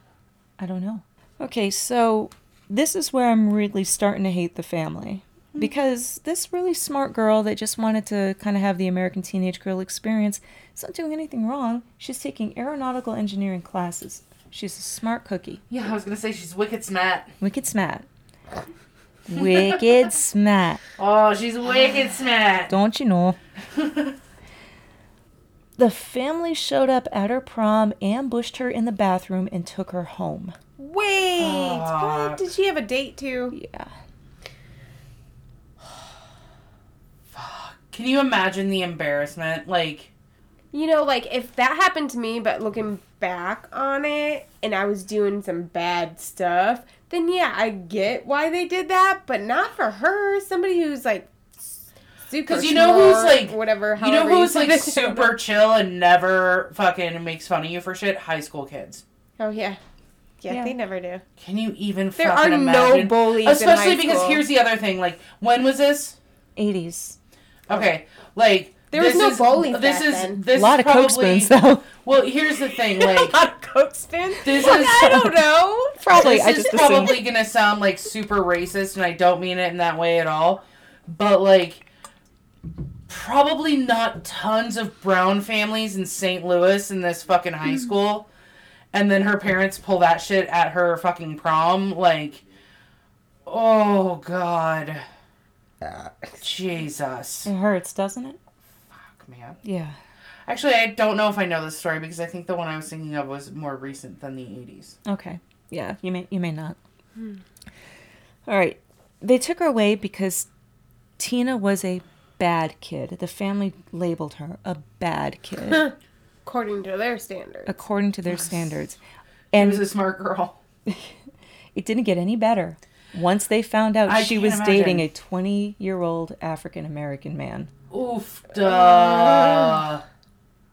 Speaker 4: I don't know. Okay, so this is where I'm really starting to hate the family. Because this really smart girl that just wanted to kind of have the American teenage girl experience is not doing anything wrong. She's taking aeronautical engineering classes. She's a smart cookie.
Speaker 3: Yeah, I was gonna say she's wicked smart.
Speaker 4: Wicked smart. Wicked smart.
Speaker 3: Oh, she's wicked smart.
Speaker 4: Don't you know? the family showed up at her prom, ambushed her in the bathroom, and took her home.
Speaker 2: Wait,
Speaker 3: Fuck.
Speaker 2: what? Did she have a date too?
Speaker 4: Yeah.
Speaker 3: Can you imagine the embarrassment? Like,
Speaker 2: You know, like if that happened to me, but looking back on it, and I was doing some bad stuff, then yeah, I get why they did that, but not for her. Somebody who's like s- super.
Speaker 3: because you know who's
Speaker 2: smart,
Speaker 3: like,
Speaker 2: whatever.
Speaker 3: you know
Speaker 2: however
Speaker 3: who's
Speaker 2: say
Speaker 3: like
Speaker 2: this.
Speaker 3: super chill and never fucking makes fun of you for shit? High school kids.
Speaker 2: Oh yeah. yeah,
Speaker 4: Yeah.
Speaker 2: they never do.
Speaker 3: Can you even
Speaker 2: There are
Speaker 3: fucking
Speaker 2: no
Speaker 3: imagine?
Speaker 2: bullies,
Speaker 3: Especially
Speaker 2: in high
Speaker 3: because
Speaker 2: school.
Speaker 3: here's the other thing. Like, when was this?
Speaker 4: 80s.
Speaker 3: Okay, like
Speaker 2: There was
Speaker 3: this
Speaker 2: no
Speaker 3: is-
Speaker 2: bullies
Speaker 3: This
Speaker 2: back
Speaker 3: is
Speaker 2: then.
Speaker 3: this
Speaker 4: A lot
Speaker 3: is
Speaker 4: of Coke
Speaker 3: probably-
Speaker 4: spoons, though.
Speaker 3: Well, here's the thing. Like,
Speaker 2: Not Coke spin.
Speaker 3: This
Speaker 2: Like,
Speaker 3: is-
Speaker 2: I don't know.
Speaker 4: Probably.
Speaker 3: this
Speaker 4: I
Speaker 3: is
Speaker 4: just assumed.
Speaker 3: probably gonna sound like super racist, and I don't mean it in that way at all. But like, probably not tons of brown families in St. Louis in this fucking
Speaker 2: Mm.
Speaker 3: high school, and then her parents pull that shit at her fucking prom. Like, oh god, Jesus,
Speaker 4: It hurts, doesn't it?
Speaker 3: fuck, man.
Speaker 4: Yeah.
Speaker 3: Actually, I don't know if I know this story because I think the one I was thinking of was more recent than the '80s.
Speaker 4: Okay. Yeah, you may you may not.
Speaker 3: Hmm.
Speaker 4: All right. They took her away because Tina was a bad kid. The family labeled her a bad kid
Speaker 2: According to their standards.
Speaker 4: according to their standards.
Speaker 3: She
Speaker 4: And
Speaker 3: was a smart girl.
Speaker 4: it didn't get any better once they found out
Speaker 3: I
Speaker 4: she
Speaker 3: can't
Speaker 4: was
Speaker 3: imagine.
Speaker 4: dating a 20 year old African American man.
Speaker 3: Oof,
Speaker 2: Uh,
Speaker 3: duh.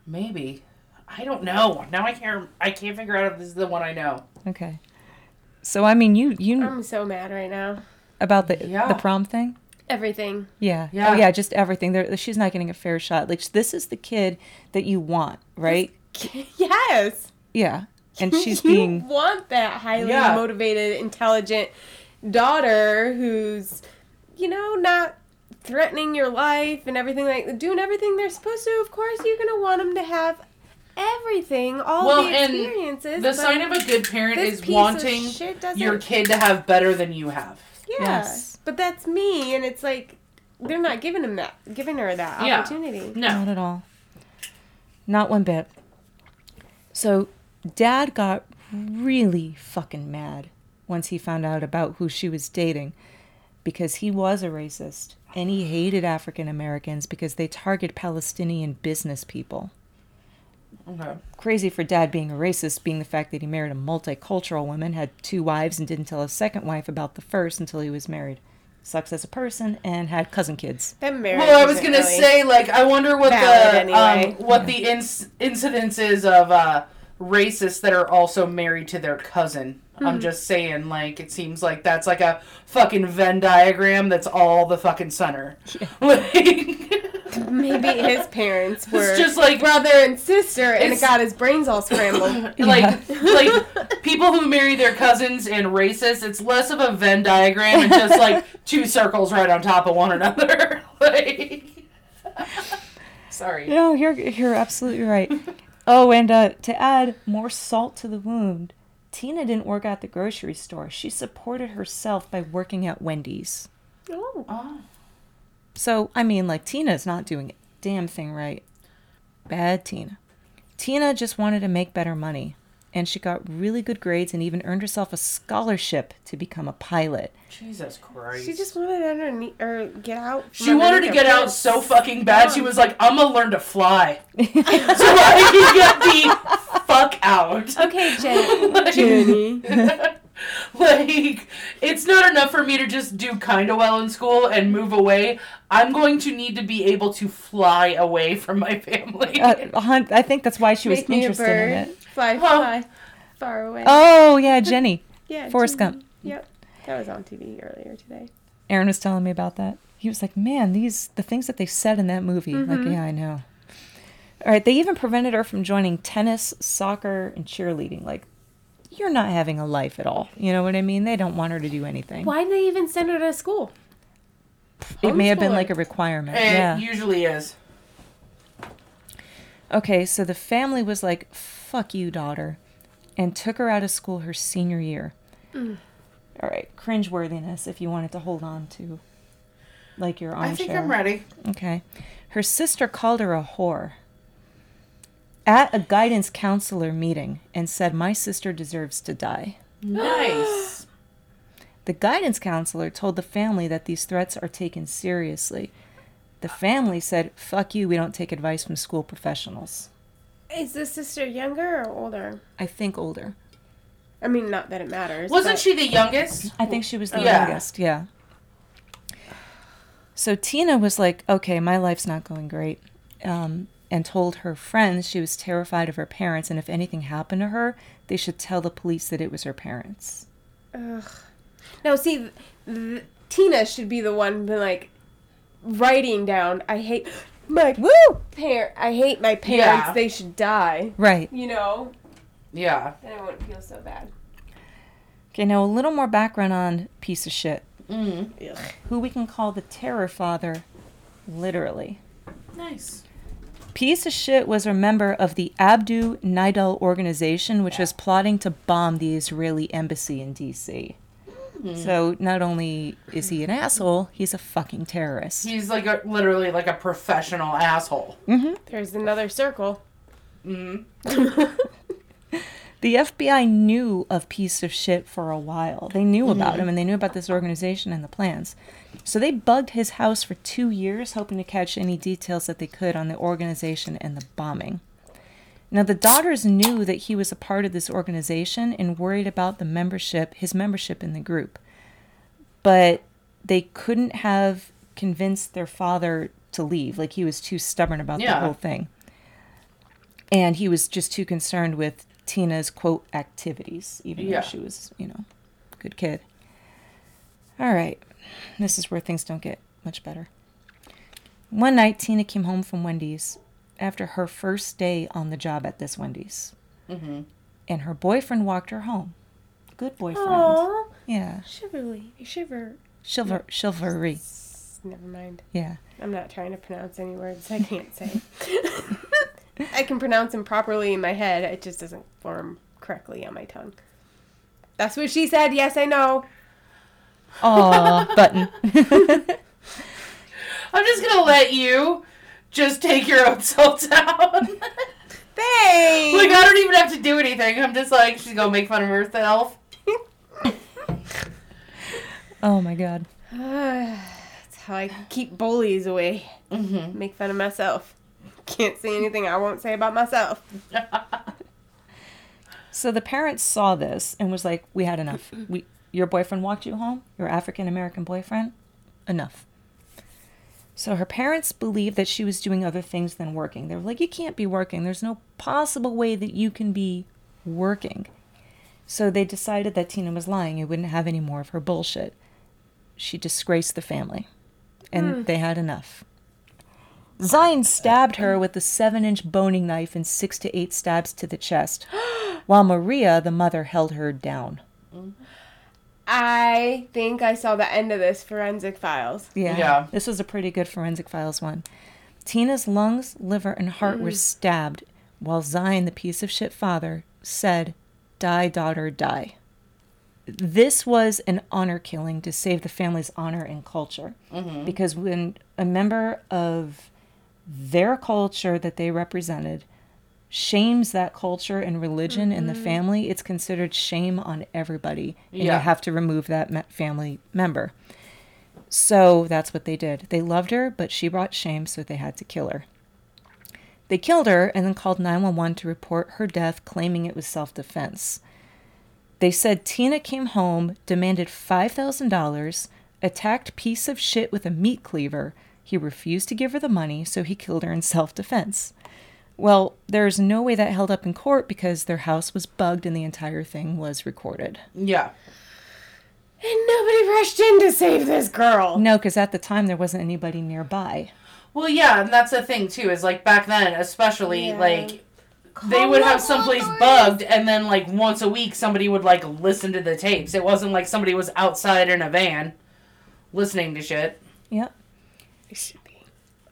Speaker 3: Maybe. I don't know. Now I can't. I can't figure out if this is the one I know.
Speaker 4: Okay. So I mean, you you
Speaker 2: I'm so mad right now.
Speaker 4: about the
Speaker 3: Um, Yeah.
Speaker 4: the prom thing?
Speaker 2: Everything.
Speaker 4: Yeah.
Speaker 3: Yeah.
Speaker 4: Oh, yeah, just everything. There she's not getting a fair shot. Like this is the kid that you want, right?
Speaker 2: Yes.
Speaker 4: Yeah. And she's
Speaker 2: you
Speaker 4: being
Speaker 2: want that highly
Speaker 3: Yeah.
Speaker 2: motivated, intelligent daughter who's, you know, not threatening your life and everything like doing everything they're supposed to. Of course, you're gonna want them to have everything, all
Speaker 3: Well,
Speaker 2: the
Speaker 3: and
Speaker 2: experiences.
Speaker 3: The
Speaker 2: but
Speaker 3: sign of a good parent
Speaker 2: this
Speaker 3: is
Speaker 2: piece of
Speaker 3: wanting
Speaker 2: shit doesn't-
Speaker 3: your kid to have better than you have.
Speaker 2: yeah,
Speaker 4: Yes.
Speaker 2: but that's me, and it's like they're not giving him that, giving her that
Speaker 3: Yeah.
Speaker 2: opportunity.
Speaker 4: Not at all. Not one bit. So, dad got really fucking mad once he found out about who she was dating because he was a racist and he hated African Americans because they target Palestinian business people.
Speaker 3: Okay.
Speaker 4: Crazy for dad being a racist, being the fact that he married a multicultural woman, had two wives, and didn't tell his second wife about the first until he was married. Sucks as a person and had cousin kids.
Speaker 2: That marriage.
Speaker 3: Well, I was
Speaker 2: isn't
Speaker 3: gonna
Speaker 2: really-
Speaker 3: say, like, I wonder what the
Speaker 2: valid anyway.
Speaker 3: um, what the inc- incidence is of uh, racists that are also married to their cousin.
Speaker 2: Mm-hmm.
Speaker 3: I'm just saying, like, it seems like that's like a fucking Venn diagram that's all the fucking center. Like, it's
Speaker 2: maybe his parents were
Speaker 3: just like
Speaker 2: brother and sister, and
Speaker 3: It's-
Speaker 2: it got his brains all scrambled.
Speaker 3: like like people who marry their cousins and racists. It's less of a Venn diagram and just like two circles right on top of one another. like, sorry.
Speaker 4: No, you're you're absolutely right. oh, and uh, to add more salt to the wound, Tina didn't work at the grocery store. She supported herself by working at Wendy's.
Speaker 2: oh,
Speaker 3: Oh.
Speaker 4: So I mean, like Tina's not doing a damn thing right. Bad Tina. Tina just wanted to make better money, and she got really good grades and even earned herself a scholarship to become a pilot.
Speaker 3: Jesus Christ.
Speaker 2: she just wanted to underneath or get out. from
Speaker 3: She wanted to
Speaker 2: underneath
Speaker 3: get
Speaker 2: her
Speaker 3: out
Speaker 2: parents.
Speaker 3: so fucking bad. She was like, "I'm gonna learn to fly, so I can get the fuck out."
Speaker 2: Okay, Jen.
Speaker 3: Like-
Speaker 2: Jenny.
Speaker 3: like, it's not enough for me to just do kind of well in school and move away. I'm going to need to be able to fly away from my family.
Speaker 4: Uh, a hun- I think that's why she was
Speaker 2: Make me a
Speaker 4: interested in
Speaker 2: bird.
Speaker 4: it.
Speaker 2: Fly, fly, far away.
Speaker 4: Oh yeah, Jenny.
Speaker 2: yeah,
Speaker 4: Forrest
Speaker 2: Jenny.
Speaker 4: Gump.
Speaker 2: Yep, that was on TV earlier today.
Speaker 4: Aaron was telling me about that. He was like, "Man, these the things that they said in that movie."
Speaker 3: Mm-hmm.
Speaker 4: Like, yeah, I know. All right, they even prevented her from joining tennis, soccer, and cheerleading. Like, you're not having a life at all. You know what I mean? They don't want her to do anything.
Speaker 2: Why did they even send her to school?
Speaker 4: It may have been
Speaker 2: homeschooling?
Speaker 4: like a requirement.
Speaker 3: it
Speaker 4: yeah.
Speaker 3: usually is.
Speaker 4: Okay, so the family was like, fuck you, daughter, and took her out of school her senior year.
Speaker 3: Mm.
Speaker 4: All right, cringeworthiness if you wanted to hold on to, like your armchair.
Speaker 3: I think I'm ready.
Speaker 4: Okay. Her sister called her a whore at a guidance counselor meeting and said, My sister deserves to die.
Speaker 3: Nice.
Speaker 4: The guidance counselor told the family that these threats are taken seriously. The family said, Fuck you, we don't take advice from school professionals.
Speaker 2: Is this sister younger or older?
Speaker 4: I think older.
Speaker 2: I mean, not that it matters.
Speaker 3: Wasn't
Speaker 2: but-
Speaker 3: she the youngest?
Speaker 4: I think she was the
Speaker 3: Yeah.
Speaker 4: youngest, yeah. So Tina was like, okay, my life's not going great. Um, and told her friends she was terrified of her parents, and if anything happened to her, they should tell the police that it was her parents.
Speaker 2: Ugh. No, see, th- th- Tina should be the one been like writing down. I hate my
Speaker 4: Woo!
Speaker 2: parent. I hate my parents.
Speaker 3: Yeah.
Speaker 2: They should die.
Speaker 4: Right.
Speaker 2: You know,
Speaker 3: Yeah.
Speaker 2: then I wouldn't feel so bad.
Speaker 4: Okay, now a little more background on piece of shit,
Speaker 3: Mm.
Speaker 4: who we can call the terror father, literally.
Speaker 3: Nice.
Speaker 4: Piece of shit was a member of the Abdu Nidal organization, which was plotting to bomb the Israeli embassy in D.C. So not only is he an asshole, he's a fucking terrorist.
Speaker 3: He's like a, literally like a professional asshole.
Speaker 2: There's another circle.
Speaker 4: The FBI knew of piece of shit for a while. They knew about him and they knew about this organization and the plans. So they bugged his house for two years, hoping to catch any details that they could on the organization and the bombing. Now the daughters knew that he was a part of this organization and worried about the membership, his membership in the group. But they couldn't have convinced their father to leave. Like he was too stubborn about
Speaker 3: Yeah.
Speaker 4: the whole thing. And he was just too concerned with Tina's quote activities, even
Speaker 3: Yeah.
Speaker 4: though she was, you know, a good kid. All right. This is where things don't get much better. One night, Tina came home from Wendy's after her first day on the job at this Wendy's. And her boyfriend walked her home. Good boyfriend.
Speaker 2: Aww,
Speaker 4: Yeah.
Speaker 2: chivalry, chiver.
Speaker 4: Silver, chivalry.
Speaker 2: Never mind.
Speaker 4: Yeah.
Speaker 2: I'm not trying to pronounce any words I can't say. I can pronounce them properly in my head. It just doesn't form correctly on my tongue. That's what she said. Yes, I know.
Speaker 4: Aw, button.
Speaker 3: I'm just gonna let you just take your own self down.
Speaker 2: Thanks.
Speaker 3: like I don't even have to do anything. I'm just like she's gonna make fun of herself.
Speaker 4: Oh my god.
Speaker 2: That's how I keep bullies away.
Speaker 3: Mm-hmm.
Speaker 2: Make fun of myself. Can't say anything I won't say about myself.
Speaker 4: So the parents saw this and was like, "We had enough. We, your boyfriend walked you home. Your African American boyfriend, enough." So her parents believed that she was doing other things than working. They were like, "You can't be working. There's no possible way that you can be working." So they decided that Tina was lying and wouldn't have any more of her bullshit. She disgraced the family, and they had enough. Zine stabbed her with a seven inch boning knife and six to eight stabs to the chest, while Maria, the mother, held her down.
Speaker 2: I think I saw the end of this forensic files.
Speaker 4: Yeah.
Speaker 3: Yeah.
Speaker 4: This was a pretty good forensic files one. Tina's lungs, liver, and heart were stabbed, while Zion, the piece of shit father, said, Die, daughter, die. This was an honor killing to save the family's honor and culture. Because when a member of their culture that they represented shames that culture and religion and the family, it's considered shame on everybody. And
Speaker 3: Yeah.
Speaker 4: you have to remove that me- family member. So that's what they did. They loved her, but she brought shame, so they had to kill her. They killed her and then called 911 to report her death, claiming it was self defense. They said Tina came home, demanded $5,000, attacked piece of shit with a meat cleaver. He refused to give her the money, so he killed her in self defense. Well, there's no way that held up in court because their house was bugged and the entire thing was recorded.
Speaker 3: Yeah.
Speaker 2: And nobody rushed in to save this girl.
Speaker 4: No, because at the time there wasn't anybody nearby.
Speaker 3: Well, yeah, and that's the thing too. Is like back then, especially
Speaker 2: Yeah.
Speaker 3: like they would have someplace bugged, and then like once a week, somebody would like listen to the tapes. It wasn't like somebody was outside in a van listening to shit.
Speaker 4: Yep.
Speaker 2: It should be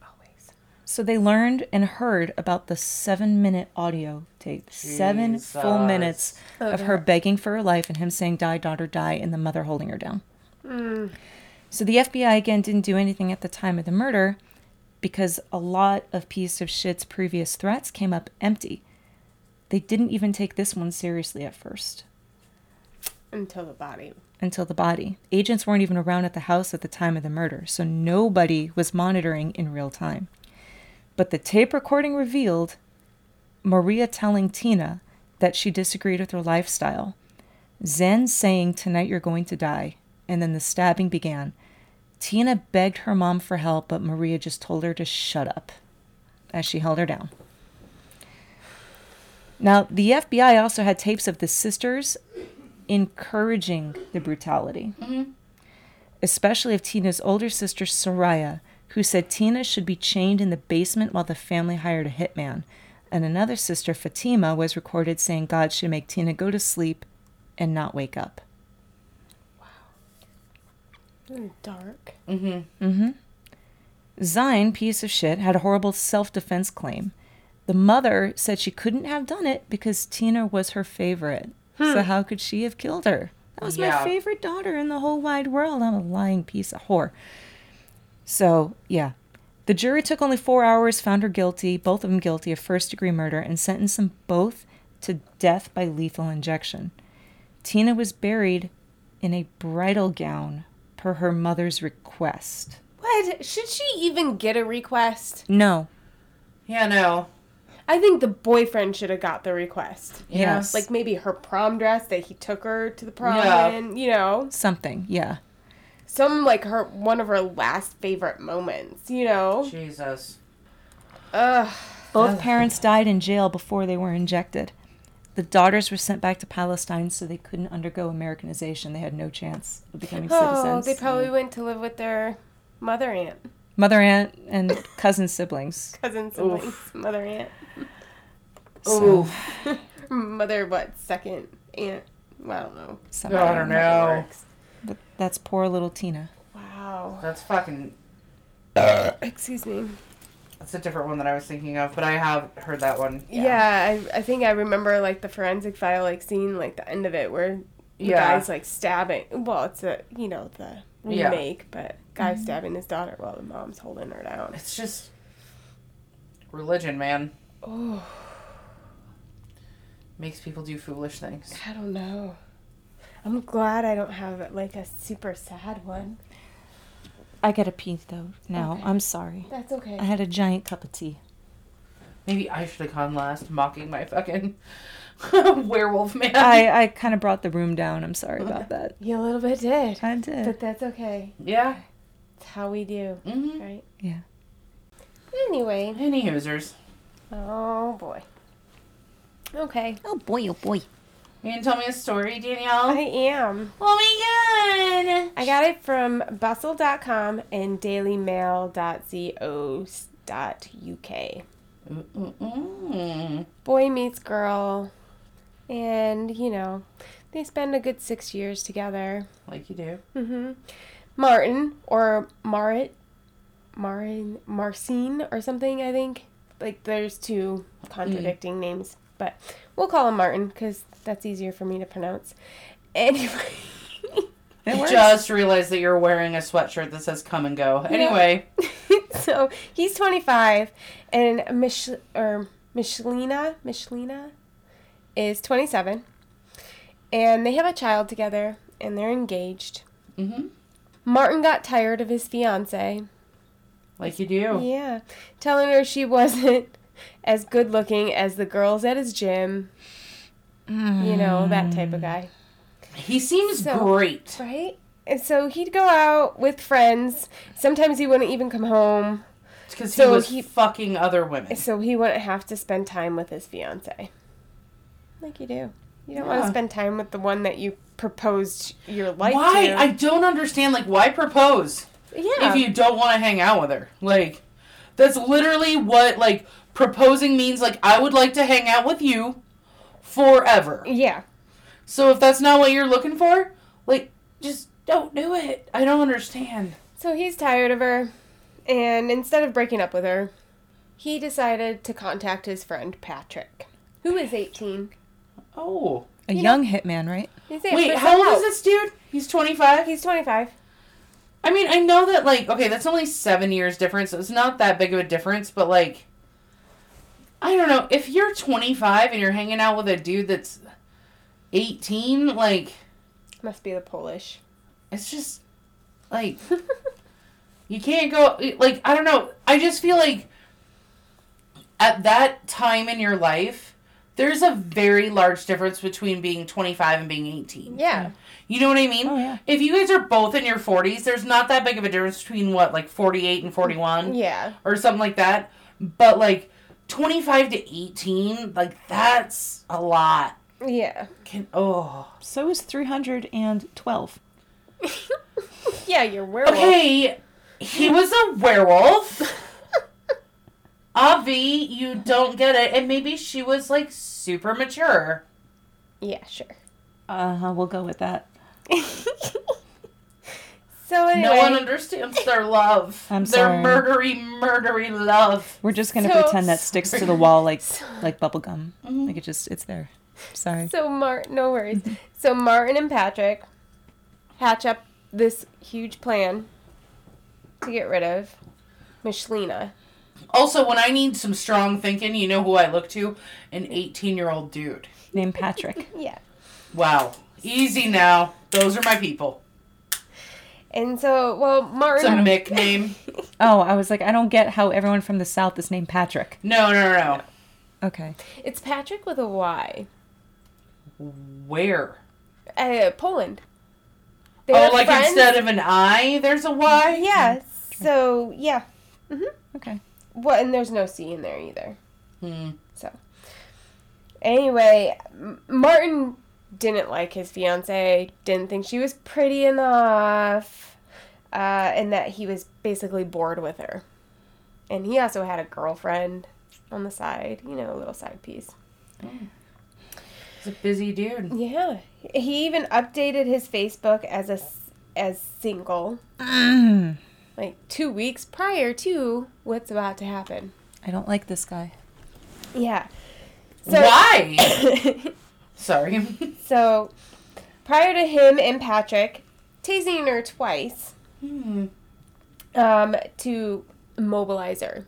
Speaker 2: always.
Speaker 4: So they learned and heard about the seven minute audio tape. Seven full
Speaker 3: Jesus.
Speaker 4: minutes of her begging for her life and him saying, Die, daughter, die, and the mother holding her down. So the FBI again didn't do anything at the time of the murder because a lot of piece of shit's previous threats came up empty. They didn't even take this one seriously at first
Speaker 2: Until the body.
Speaker 4: until the body. Agents weren't even around at the house at the time of the murder, so nobody was monitoring in real time. But the tape recording revealed Maria telling Tina that she disagreed with her lifestyle, Zen saying, Tonight you're going to die, and then the stabbing began. Tina begged her mom for help, but Maria just told her to shut up as she held her down. Now, the FBI also had tapes of the sisters encouraging the brutality, especially of Tina's older sister, Soraya, who said Tina should be chained in the basement while the family hired a hitman. And another sister, Fatima, was recorded saying God should make Tina go to sleep and not wake up.
Speaker 2: Dark.
Speaker 4: Zine, piece of shit, had a horrible self defense claim. The mother said she couldn't have done it because Tina was her favorite. So how could she have killed her? That was my
Speaker 3: Yeah.
Speaker 4: favorite daughter in the whole wide world. I'm a lying piece of whore. So, yeah. The jury took only four hours, found her guilty, both of them guilty of first degree murder, and sentenced them both to death by lethal injection. Tina was buried in a bridal gown per her mother's request.
Speaker 2: What? Should she even get a request?
Speaker 4: No,
Speaker 3: Yeah, no.
Speaker 2: I think the boyfriend should have got the request.
Speaker 3: Yeah.
Speaker 4: Yes.
Speaker 2: Like maybe her prom dress that he took her to the prom
Speaker 3: Yeah.
Speaker 2: in, you know.
Speaker 4: something. Yeah.
Speaker 2: Some like her one of her last favorite moments, you know.
Speaker 3: Jesus.
Speaker 2: Ugh.
Speaker 4: Both parents died in jail before they were injected. The daughters were sent back to Palestine so they couldn't undergo Americanization. They had no chance of becoming
Speaker 2: Oh,
Speaker 4: citizens.
Speaker 2: they probably went to live with their mother aunt,
Speaker 4: Mother, aunt, and cousin siblings.
Speaker 2: cousin siblings, mother aunt,
Speaker 4: So,
Speaker 2: mother what second aunt? Well, I don't know.
Speaker 4: something.
Speaker 3: No, I don't
Speaker 2: How that
Speaker 3: know.
Speaker 2: works.
Speaker 4: But that's poor little Tina.
Speaker 2: Wow.
Speaker 3: That's fucking.
Speaker 2: Excuse me.
Speaker 3: It's a different one that I was thinking of, but I have heard that one.
Speaker 2: Yeah, I, I think I remember like the forensic file like scene like the end of it where the
Speaker 3: Yeah.
Speaker 2: guy's like stabbing. Well, it's a you know the
Speaker 3: Yeah. Mm-hmm.
Speaker 2: remake, but guy stabbing his daughter while the mom's holding her down.
Speaker 3: It's just religion, man.
Speaker 2: Oh,
Speaker 3: Makes people do foolish things.
Speaker 2: I don't know. I'm glad I don't have like a super sad one.
Speaker 4: I gotta pee though now.
Speaker 2: Okay.
Speaker 4: I'm sorry.
Speaker 2: That's okay.
Speaker 4: I had a giant cup of tea.
Speaker 3: Maybe I should have gone last, mocking my fucking werewolf man.
Speaker 4: I, I kind of brought the room down. I'm sorry about that.
Speaker 2: You a little bit did,
Speaker 4: I did.
Speaker 2: but that's okay.
Speaker 3: yeah.
Speaker 2: It's how we do,
Speaker 3: Mm-hmm.
Speaker 2: right?
Speaker 4: Yeah.
Speaker 2: Anyway.
Speaker 3: Any users?
Speaker 2: Oh boy. Okay.
Speaker 4: Oh boy, oh boy.
Speaker 3: You can tell me a story, Danielle.
Speaker 2: I am.
Speaker 3: oh my god!
Speaker 2: I got it from bustle.com and dailymail.co.uk.
Speaker 3: Mm-mm-mm.
Speaker 2: Boy meets girl, and you know, they spend a good six years together.
Speaker 3: Like you do.
Speaker 2: hmm Martin or Marit, Marin, Marcine or something. I think like there's two contradicting names, but we'll call him Martin because that's easier for me to pronounce. Anyway,
Speaker 4: It works.
Speaker 3: Just realized that you're wearing a sweatshirt that says "Come and Go." Anyway,
Speaker 2: so he's 25, and Mich or Michelina Michelina is 27, and they have a child together, and they're engaged.
Speaker 3: hmm
Speaker 2: Martin got tired of his fiance
Speaker 3: like you do.
Speaker 2: Yeah. Telling her she wasn't as good looking as the girls at his gym. You know, that type of guy.
Speaker 3: He seems
Speaker 2: So-
Speaker 3: great.
Speaker 2: Right? And so he'd go out with friends. Sometimes he wouldn't even come home.
Speaker 3: because he
Speaker 2: so
Speaker 3: was
Speaker 2: he-
Speaker 3: fucking other women.
Speaker 2: So he wouldn't have to spend time with his fiance. Like you do. You don't want
Speaker 3: Yeah.
Speaker 2: to spend time with the one that you proposed your life
Speaker 3: Why?
Speaker 2: to.
Speaker 3: I don't understand. Like, why propose
Speaker 2: yeah.
Speaker 3: if you don't want to hang out with her? Like, that's literally what like proposing means. Like, I would like to hang out with you forever.
Speaker 2: yeah.
Speaker 3: So if that's not what you're looking for, like, just don't do it. I don't understand.
Speaker 2: So he's tired of her, and instead of breaking up with her, he decided to contact his friend Patrick, who is 18.
Speaker 3: Oh,
Speaker 4: a
Speaker 2: you
Speaker 4: young hitman, right?
Speaker 2: He's there
Speaker 3: wait,
Speaker 2: for
Speaker 3: how
Speaker 2: some
Speaker 3: old is
Speaker 2: help.
Speaker 3: this dude? He's twenty five.
Speaker 2: He's 25.
Speaker 3: I mean, I know that like okay, that's only seven years difference. So it's not that big of a difference, but like, I don't know. If you're 25 and you're hanging out with a dude that's 18, like
Speaker 2: Must be the Polish.
Speaker 3: it's just like you can't go. Like I don't know. I just feel like at that time in your life, there's a very large difference between being 25 and being 18.
Speaker 2: Yeah.
Speaker 3: You know what I mean?
Speaker 4: Oh, yeah.
Speaker 3: If you guys are both in your 40s, there's not that big of a difference between what, like 48 and 41
Speaker 2: Yeah.
Speaker 3: or something like that. But like 25 to 18, like that's a lot.
Speaker 2: Yeah.
Speaker 3: Can oh
Speaker 4: So is 312.
Speaker 2: Yeah, you're werewolf.
Speaker 3: okay, he was a werewolf. Avi, you don't get it, and maybe she was like super mature.
Speaker 2: Yeah, sure.
Speaker 4: Uh huh, we'll go with that.
Speaker 2: So anyway,
Speaker 3: No one understands their love.
Speaker 4: I'm
Speaker 3: their
Speaker 4: sorry.
Speaker 3: murdery, murdery love.
Speaker 4: We're just gonna
Speaker 2: So-
Speaker 4: pretend that sticks to the wall like like bubble gum. Like it just it's there. Sorry.
Speaker 2: so Martin, no worries. so Martin and Patrick hatch up this huge plan to get rid of Michelina.
Speaker 3: Also, when I need some strong thinking, you know who I look to? An 18 year old dude.
Speaker 4: Named Patrick.
Speaker 2: Yeah.
Speaker 3: Wow. Easy now. Those are my people.
Speaker 2: And so, well,
Speaker 3: It's a
Speaker 2: Martin.
Speaker 3: Mick name.
Speaker 4: Oh, I was like, I don't get how everyone from the south is named Patrick.
Speaker 3: No, no, no,
Speaker 4: Okay.
Speaker 2: It's Patrick with a Y.
Speaker 3: no. Where?
Speaker 2: Uh, Poland. They
Speaker 3: oh,
Speaker 2: were
Speaker 3: like
Speaker 2: friends.
Speaker 3: instead of an I, there's a Y?
Speaker 2: Yeah. So yeah. Mm-hmm.
Speaker 4: Okay.
Speaker 2: Well, and there's no C in there either.
Speaker 3: Hmm.
Speaker 2: Anyway, M- Martin didn't like his fiance. Didn't think she was pretty enough, uh, and that he was basically bored with her. And he also had a girlfriend on the side. You know, a little side piece.
Speaker 3: It's a busy dude.
Speaker 2: Yeah. He even updated his Facebook as a s- as single. like two weeks prior to what's about to happen.
Speaker 4: I don't like this guy.
Speaker 2: Yeah.
Speaker 3: Why? Sorry.
Speaker 2: so prior to him and Patrick tasing her twice
Speaker 3: Hmm.
Speaker 2: um, to mobilize her,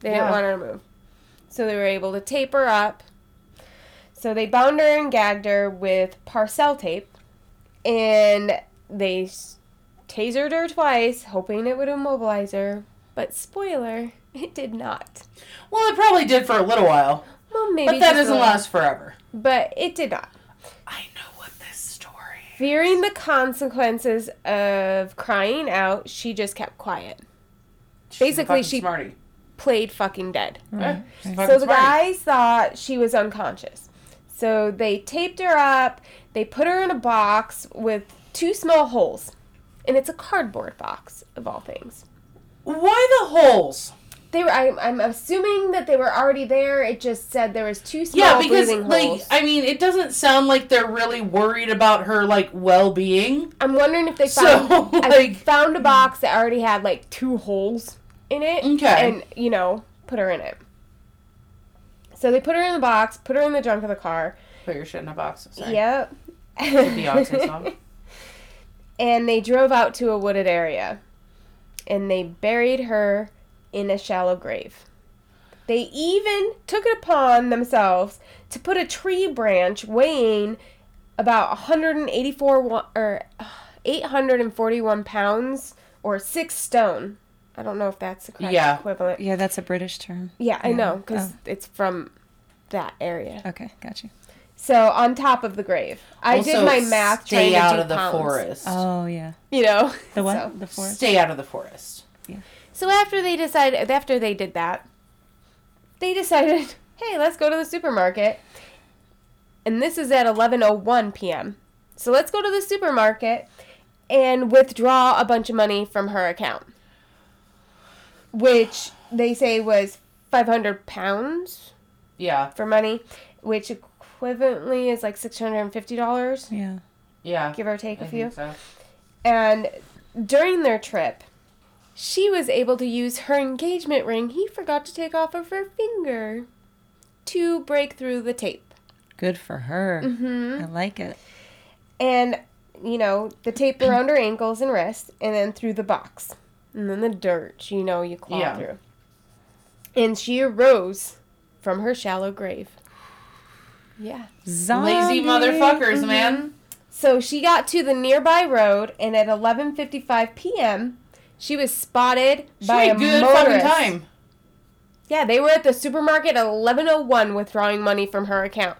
Speaker 2: they
Speaker 3: Yeah.
Speaker 2: didn't want her to move. So they were able to tape her up. So they bound her and gagged her with parcel tape and they s- tasered her twice, hoping it would immobilize her. But spoiler, it did not.
Speaker 3: Well, it probably did for a little while,
Speaker 2: Well, maybe.
Speaker 3: but that
Speaker 2: just a
Speaker 3: doesn't
Speaker 2: little-
Speaker 3: last forever.
Speaker 2: But it did not.
Speaker 3: I know what this story.
Speaker 2: Fearing the consequences of crying out, she just kept quiet. Basically, she- Mm-hmm.
Speaker 3: smarty. Eh.
Speaker 2: Played fucking dead.
Speaker 3: Yeah, she's fucking
Speaker 2: So the
Speaker 3: smarty.
Speaker 2: guys thought she was unconscious. So they taped her up, they put her in a box with two small holes. And it's a cardboard box, of all things.
Speaker 3: Why the holes?
Speaker 2: They were. I'm, I'm assuming that they were already there. It just said there was two small
Speaker 3: yeah, because
Speaker 2: breathing
Speaker 3: like
Speaker 2: holes.
Speaker 3: I mean, it doesn't sound like they're really worried about her like well-being.
Speaker 2: I'm wondering if they found.
Speaker 3: So
Speaker 2: I
Speaker 3: like,
Speaker 2: found a box that already had like two holes in it.
Speaker 3: Okay.
Speaker 2: And, you know, put her in it. So they put her in the box, put her in the trunk of the car.
Speaker 3: put your shit in a box. Sorry.
Speaker 2: Yep.
Speaker 3: Beyonce song.
Speaker 2: and they drove out to a wooded area. And they buried her in a shallow grave. They even took it upon themselves to put a tree branch weighing about 184 wa- or uh, 841 pounds or six stone. I don't know if that's the correct
Speaker 3: Yeah.
Speaker 2: equivalent.
Speaker 4: Yeah, that's a British term.
Speaker 2: Yeah, I
Speaker 4: Yeah.
Speaker 2: know, because
Speaker 4: Oh.
Speaker 2: it's from that area.
Speaker 4: Okay, got you.
Speaker 2: So on top of the grave, I did
Speaker 3: Also,
Speaker 2: my math
Speaker 3: Stay
Speaker 2: trying to
Speaker 3: out
Speaker 2: do
Speaker 3: of the
Speaker 2: pounds,
Speaker 3: forest.
Speaker 4: Oh yeah,
Speaker 2: You know
Speaker 4: the what?
Speaker 2: So,
Speaker 4: The forest.
Speaker 3: Stay out of the forest.
Speaker 2: so after they decided, after they did that, they decided, hey, let's go to the supermarket. And this is at 11:01 p.m. So let's go to the supermarket and withdraw a bunch of money from her account, which they say was 500 pounds
Speaker 3: Yeah,
Speaker 2: for money, which equivalently is like $650,
Speaker 4: Yeah.
Speaker 3: yeah.
Speaker 2: give or take
Speaker 3: I
Speaker 2: a
Speaker 3: think
Speaker 2: few.
Speaker 3: so.
Speaker 2: And during their trip, she was able to use her engagement ring he forgot to take off of her finger to break through the tape.
Speaker 4: Good for her.
Speaker 2: hmm
Speaker 4: I like it.
Speaker 2: And, you know, the tape around her ankles and wrists, and then through the box. And then the dirt, you know, you claw
Speaker 3: Yeah.
Speaker 2: through. And she arose from her shallow grave. Yeah.
Speaker 4: Zombie.
Speaker 3: Lazy motherfuckers, man.
Speaker 2: So she got to the nearby road, and at 11:55 p.m., she was spotted
Speaker 3: She
Speaker 2: by
Speaker 3: had
Speaker 2: a
Speaker 3: good
Speaker 2: motorist.
Speaker 3: fucking time.
Speaker 2: Yeah, they were at the supermarket at 11:01 withdrawing money from her account.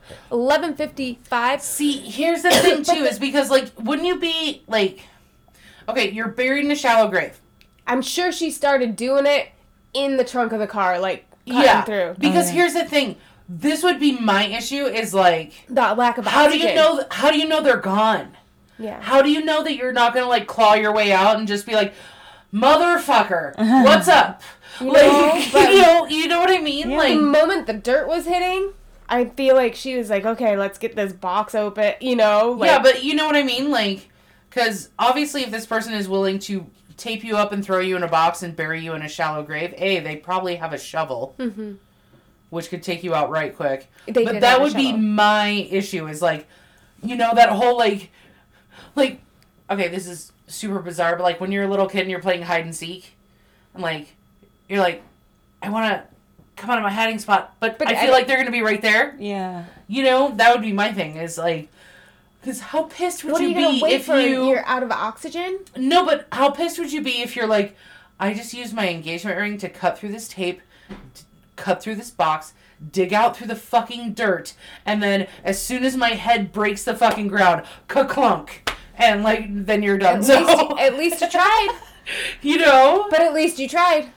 Speaker 2: 11:55.
Speaker 3: See, here's the thing too, is because like, wouldn't you be like, okay, you're buried in a shallow grave.
Speaker 2: I'm sure she started doing it in the trunk of the car, like cutting through.
Speaker 3: Because
Speaker 4: Oh, yeah.
Speaker 3: here's the thing, this would be my issue is like,
Speaker 2: The lack of
Speaker 3: how do
Speaker 2: oxygen.
Speaker 3: you know? th- How do you know they're gone?
Speaker 2: Yeah.
Speaker 3: How do you know that you're not gonna like claw your way out and just be like, motherfucker, what's up? like,
Speaker 2: know, but-
Speaker 3: you know, you know what I mean?
Speaker 4: Yeah.
Speaker 2: The
Speaker 3: Like,
Speaker 2: moment the dirt was hitting, I feel like she was like, "Okay, let's get this box open," you know? Like,
Speaker 3: yeah, but you know what I mean, like, because obviously, if this person is willing to tape you up and throw you in a box and bury you in a shallow grave, a they probably have a shovel,
Speaker 2: Mm-hmm.
Speaker 3: which could take you out right quick.
Speaker 2: They
Speaker 3: but
Speaker 2: did
Speaker 3: that
Speaker 2: have a
Speaker 3: would be
Speaker 2: shovel.
Speaker 3: my issue. Is like, you know, that whole like, like, okay, this is super bizarre, but like when you're a little kid and you're playing hide and seek, and like, you're like, I want to come out of my hiding spot, but,
Speaker 2: But
Speaker 3: I
Speaker 2: I
Speaker 3: feel like they're gonna be right there.
Speaker 4: Yeah.
Speaker 3: You know, that would be my thing. Is like, because how pissed would
Speaker 2: what are
Speaker 3: you,
Speaker 2: you gonna
Speaker 3: be
Speaker 2: wait
Speaker 3: if
Speaker 2: for?
Speaker 3: you?
Speaker 2: You're out of oxygen.
Speaker 3: No, but how pissed would you be if you're like, I just used my engagement ring to cut through this tape, t- cut through this box, dig out through the fucking dirt, and then as soon as my head breaks the fucking ground, ka clunk, and like then you're done.
Speaker 2: At
Speaker 3: so
Speaker 2: least, at least you tried.
Speaker 3: you know.
Speaker 2: But at least you tried.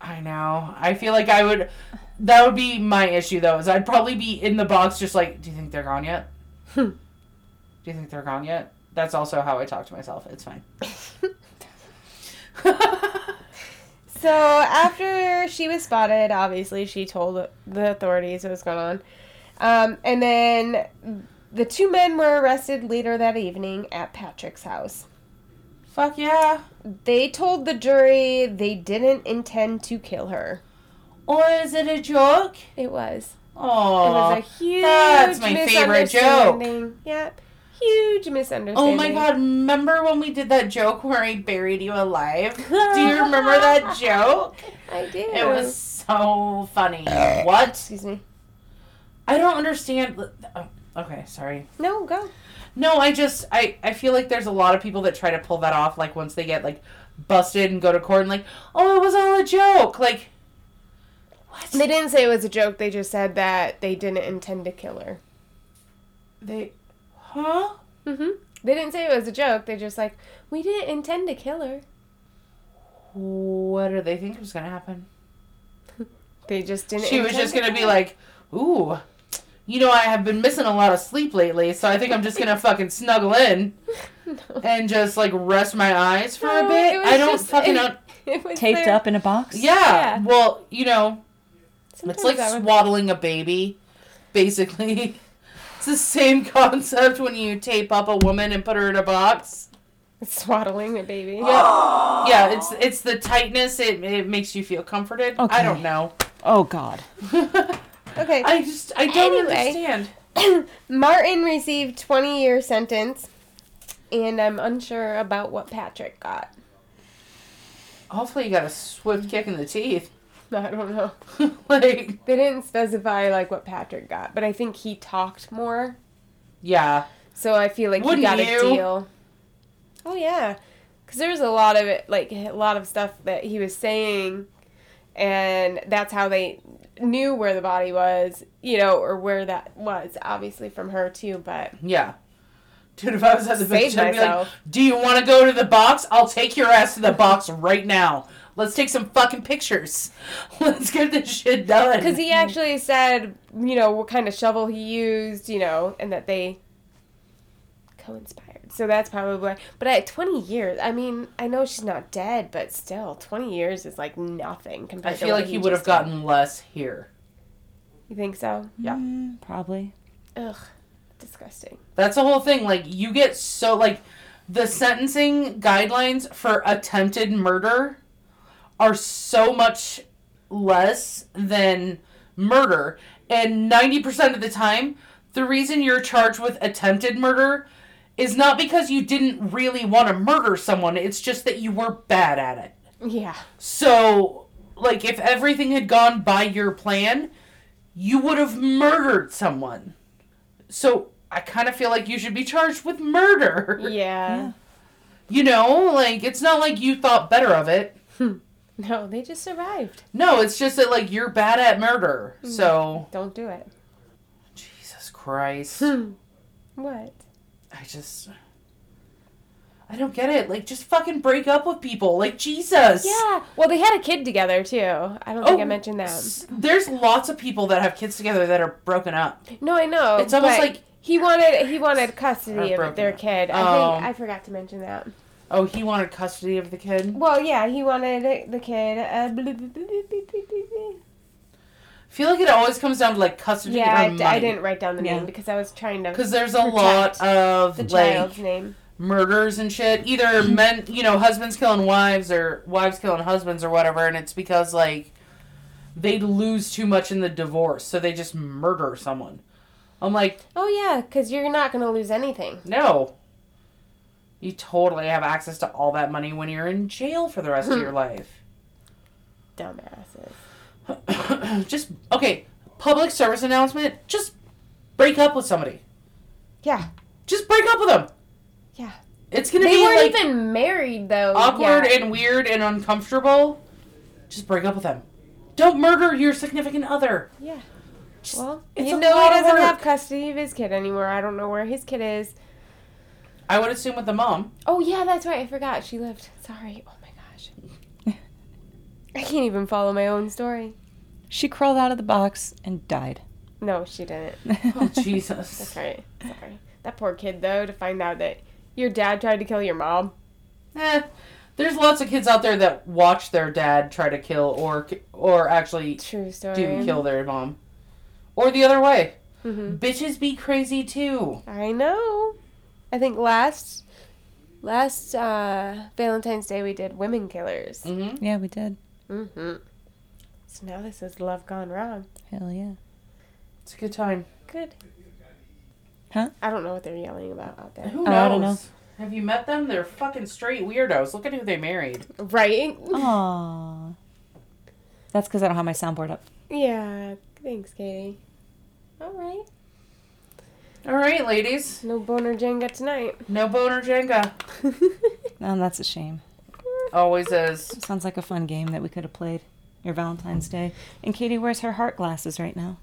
Speaker 3: I know. I feel like I would. That would be my issue though. Is I'd probably be in the box just like, do you think they're gone yet?
Speaker 2: Hmm.
Speaker 3: Do you think they're gone yet? That's also how I talk to myself. It's fine.
Speaker 2: So after she was spotted, obviously she told the authorities what was going on. Um, and then the two men were arrested later that evening at Patrick's house.
Speaker 3: Fuck yeah.
Speaker 2: They told the jury they didn't intend to kill her.
Speaker 3: Or is it a joke?
Speaker 2: It was.
Speaker 3: Oh,
Speaker 2: it was a huge
Speaker 3: that's my favorite joke.
Speaker 2: misunderstanding. Yep. Huge misunderstanding.
Speaker 3: Oh my god, remember when we did that joke where I buried you alive? Do you remember that joke?
Speaker 2: I do.
Speaker 3: It was so funny. What?
Speaker 2: Excuse me.
Speaker 3: I don't understand. oh, Okay, sorry.
Speaker 2: No, go.
Speaker 3: No, I just I I feel like there's a lot of people that try to pull that off like once they get like busted and go to court and like, "Oh, it was all a joke." Like what?
Speaker 2: They didn't say it was a joke. They just said that they didn't intend to kill her.
Speaker 3: They Huh?
Speaker 2: hmm They didn't say it was a joke. They're just like, we didn't intend to kill her.
Speaker 3: What do they think was going to happen?
Speaker 2: They just didn't.
Speaker 3: She was
Speaker 2: intend
Speaker 3: just
Speaker 2: to
Speaker 3: going to be
Speaker 2: kill her.
Speaker 3: like, "Ooh, you know I have been missing a lot of sleep lately, so I think I'm just going to fucking snuggle in
Speaker 2: No.
Speaker 3: and just like rest my eyes for a
Speaker 2: No,
Speaker 3: bit."
Speaker 2: it was
Speaker 3: I don't
Speaker 2: just-
Speaker 3: fucking
Speaker 2: it-
Speaker 3: un-
Speaker 2: It was
Speaker 4: Taped
Speaker 2: their-
Speaker 4: up in a box?
Speaker 3: yeah.
Speaker 2: Yeah.
Speaker 3: Well, you know,
Speaker 2: Sometimes
Speaker 3: It's like
Speaker 2: that would-
Speaker 3: swaddling a baby, basically. It's the same concept when you tape up a woman and put her in a box.
Speaker 2: swaddling a baby.
Speaker 3: Yeah, yeah. It's it's the tightness. It it makes you feel comforted. I
Speaker 4: Okay.
Speaker 3: don't know.
Speaker 4: Oh god.
Speaker 2: Okay.
Speaker 3: I just I don't
Speaker 2: Anyway.
Speaker 3: understand.
Speaker 2: Martin received 20 year sentence, and I'm unsure about what Patrick got.
Speaker 3: Hopefully, you got a swift kick in the teeth.
Speaker 2: I don't know.
Speaker 3: like,
Speaker 2: They didn't specify like what Patrick got, but I think he talked more,
Speaker 3: yeah,
Speaker 2: so I feel like
Speaker 3: Wouldn't
Speaker 2: he got
Speaker 3: you?
Speaker 2: a deal. Oh yeah, because there was a lot of it, like a lot of stuff that he was saying, and that's how they knew where the body was, you know, or where that was, obviously from her too. But
Speaker 3: yeah. Dude, if I was at the
Speaker 2: Saved
Speaker 3: bitch, I'd be like,
Speaker 2: myself.
Speaker 3: "Do you want to go to the box? I'll take your ass to the box right now. Let's take some fucking pictures. Let's get this shit done."
Speaker 2: because he actually said, you know, what kind of shovel he used, you know, and that they co-inspired. So that's probably why. But at 20 years, I mean, I know she's not dead, but still, 20 years is like nothing compared.
Speaker 3: I feel
Speaker 2: to what
Speaker 3: like he would have
Speaker 2: just did.
Speaker 3: gotten less here.
Speaker 2: You think so? Yeah.
Speaker 4: Mm, probably.
Speaker 2: Ugh, disgusting.
Speaker 3: That's the whole thing. Like you get so like the sentencing guidelines for attempted murder are so much less than murder. And 90% of the time, the reason you're charged with attempted murder is not because you didn't really want to murder someone. It's just that you were bad at it.
Speaker 2: Yeah.
Speaker 3: So, like, if everything had gone by your plan, you would have murdered someone. So, I kind of feel like you should be charged with murder.
Speaker 2: Yeah.
Speaker 3: You know, like, it's not like you thought better of it.
Speaker 2: No, they just survived.
Speaker 3: No, it's just that, like, you're bad at murder.
Speaker 2: Mm.
Speaker 3: So,
Speaker 2: Don't do it.
Speaker 3: Jesus Christ.
Speaker 2: What?
Speaker 3: I just. I don't get it. Like, just fucking break up with people. Like, Jesus. Oh,
Speaker 2: Yeah. Oh. Well, they had a kid together too. I don't think I mentioned that.
Speaker 3: s- There's lots of people that have kids together that are broken up.
Speaker 2: No, I know.
Speaker 3: It's almost
Speaker 2: but
Speaker 3: like-
Speaker 2: he wanted he wanted custody
Speaker 3: Or broken
Speaker 2: of their
Speaker 3: up.
Speaker 2: kid. I
Speaker 3: Oh.
Speaker 2: think I forgot to mention that.
Speaker 3: Oh, he wanted custody of the kid?
Speaker 2: Well, yeah, he wanted the kid. Uh, blah, blah, blah, blah, blah, blah, blah, blah.
Speaker 3: feel like it always comes down to like custody
Speaker 2: Yeah, I,
Speaker 3: or
Speaker 2: d-
Speaker 3: money.
Speaker 2: I didn't write down the
Speaker 4: Yeah.
Speaker 2: name because I was trying to
Speaker 3: because there's a lot
Speaker 2: protect
Speaker 3: of
Speaker 2: the
Speaker 3: like
Speaker 2: child's name.
Speaker 3: murders and shit. Either men, you know, husbands killing wives or wives killing husbands or whatever, and it's because like they lose too much in the divorce, so they just murder someone. I'm like,
Speaker 2: Oh yeah, because you're not gonna lose anything.
Speaker 3: no. You totally have access to all that money when you're in jail for the rest
Speaker 2: Hmm.
Speaker 3: of your life.
Speaker 2: Dumbasses.
Speaker 3: just okay, public service announcement, just break up with somebody.
Speaker 2: Yeah,
Speaker 3: Just break up with them.
Speaker 2: yeah.
Speaker 3: It's gonna
Speaker 2: They
Speaker 3: be
Speaker 2: weren't
Speaker 3: like
Speaker 2: even married though.
Speaker 3: awkward
Speaker 2: Yeah.
Speaker 3: and weird and uncomfortable. Just break up with them. Don't murder your significant other.
Speaker 2: yeah.
Speaker 3: Just-
Speaker 2: Well,
Speaker 3: it's
Speaker 2: you
Speaker 3: a
Speaker 2: know
Speaker 3: lot
Speaker 2: he
Speaker 3: of
Speaker 2: doesn't
Speaker 3: work.
Speaker 2: have custody of his kid anymore. I don't know where his kid is.
Speaker 3: I would assume with the mom.
Speaker 2: Oh yeah, that's right. I forgot she lived. Sorry. Oh my gosh. I can't even follow my own story.
Speaker 4: She crawled out of the box and died.
Speaker 2: No, she didn't.
Speaker 3: Oh
Speaker 2: That's
Speaker 3: Jesus.
Speaker 2: right. Sorry. That poor kid though, to find out that your dad tried to kill your mom.
Speaker 3: eh, there's lots of kids out there that watch their dad try to kill or or actually
Speaker 2: True story.
Speaker 3: do kill their mom, or the other way.
Speaker 2: Mhm.
Speaker 3: Bitches be crazy too.
Speaker 2: I know. I think last Last uh, Valentine's Day, we did Women Killers.
Speaker 3: Mm-hmm.
Speaker 4: Yeah, we did.
Speaker 2: Mm-hmm. So now this is Love Gone Wrong.
Speaker 4: Hell yeah.
Speaker 3: It's a good time.
Speaker 2: Good.
Speaker 4: Huh?
Speaker 2: I don't know what they're yelling about out there.
Speaker 3: Who knows?
Speaker 4: Oh, I don't
Speaker 3: Have you met them? They're fucking straight weirdos. Look at who they married.
Speaker 2: Right?
Speaker 4: Aww. That's because I don't have my soundboard up.
Speaker 2: Yeah. Thanks, Katie. All right.
Speaker 3: All right, ladies.
Speaker 2: No boner Jenga tonight.
Speaker 3: No boner Jenga.
Speaker 4: Oh, that's a shame.
Speaker 3: Always is.
Speaker 4: Sounds like a fun game that we could have played your Valentine's Day. And Katie wears her heart glasses right now.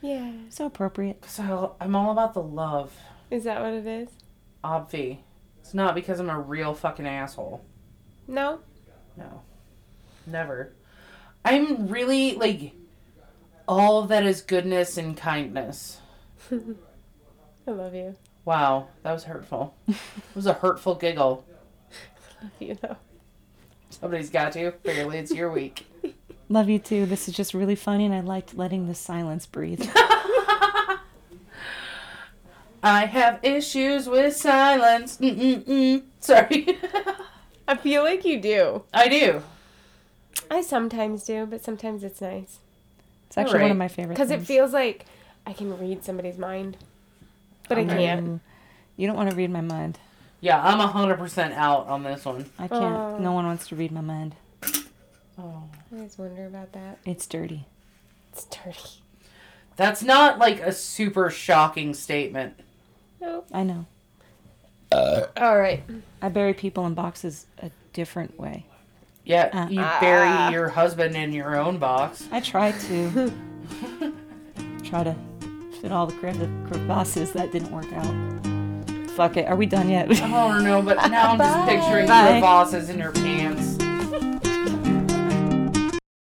Speaker 2: yeah.
Speaker 4: So appropriate.
Speaker 3: So I'm all about the love.
Speaker 2: Is that what it is?
Speaker 3: Obvi. It's not because I'm a real fucking asshole.
Speaker 2: No?
Speaker 3: No. Never. I'm really like all that is goodness and kindness.
Speaker 2: I love you.
Speaker 3: Wow, that was hurtful. it was a hurtful giggle.
Speaker 2: Love you, though.
Speaker 3: Somebody's got to. Barely, it's your week.
Speaker 4: Love you too. This is just really funny, and I liked letting the silence breathe.
Speaker 3: I have issues with silence. Mm-mm-mm. Sorry.
Speaker 2: I feel like you do.
Speaker 3: I do.
Speaker 2: I sometimes do, but sometimes it's nice.
Speaker 4: It's actually one
Speaker 3: Alright.
Speaker 4: of my favorite
Speaker 2: Because it
Speaker 4: things.
Speaker 2: feels like I can read somebody's mind, but I can't.
Speaker 4: Ooh. "Mm, You don't want to read my mind.
Speaker 3: Yeah, I'm 100% out on this one.
Speaker 4: I can't.
Speaker 2: Oh.
Speaker 4: No one wants to read my mind.
Speaker 3: Oh.
Speaker 2: I always wonder about that.
Speaker 4: It's dirty.
Speaker 2: It's dirty.
Speaker 3: That's not like a super shocking statement.
Speaker 2: Nope.
Speaker 4: I know.
Speaker 2: All right.
Speaker 4: I bury people in boxes a different way.
Speaker 3: Yeah,
Speaker 4: Uh,
Speaker 3: you bury your husband in your own box.
Speaker 4: I try to try to fit all the crev- crevasses that didn't work out. Fuck it. Are we done yet?
Speaker 3: I don't know, but Oh, now I'm just picturing
Speaker 4: Bye.
Speaker 3: crevasses in your pants.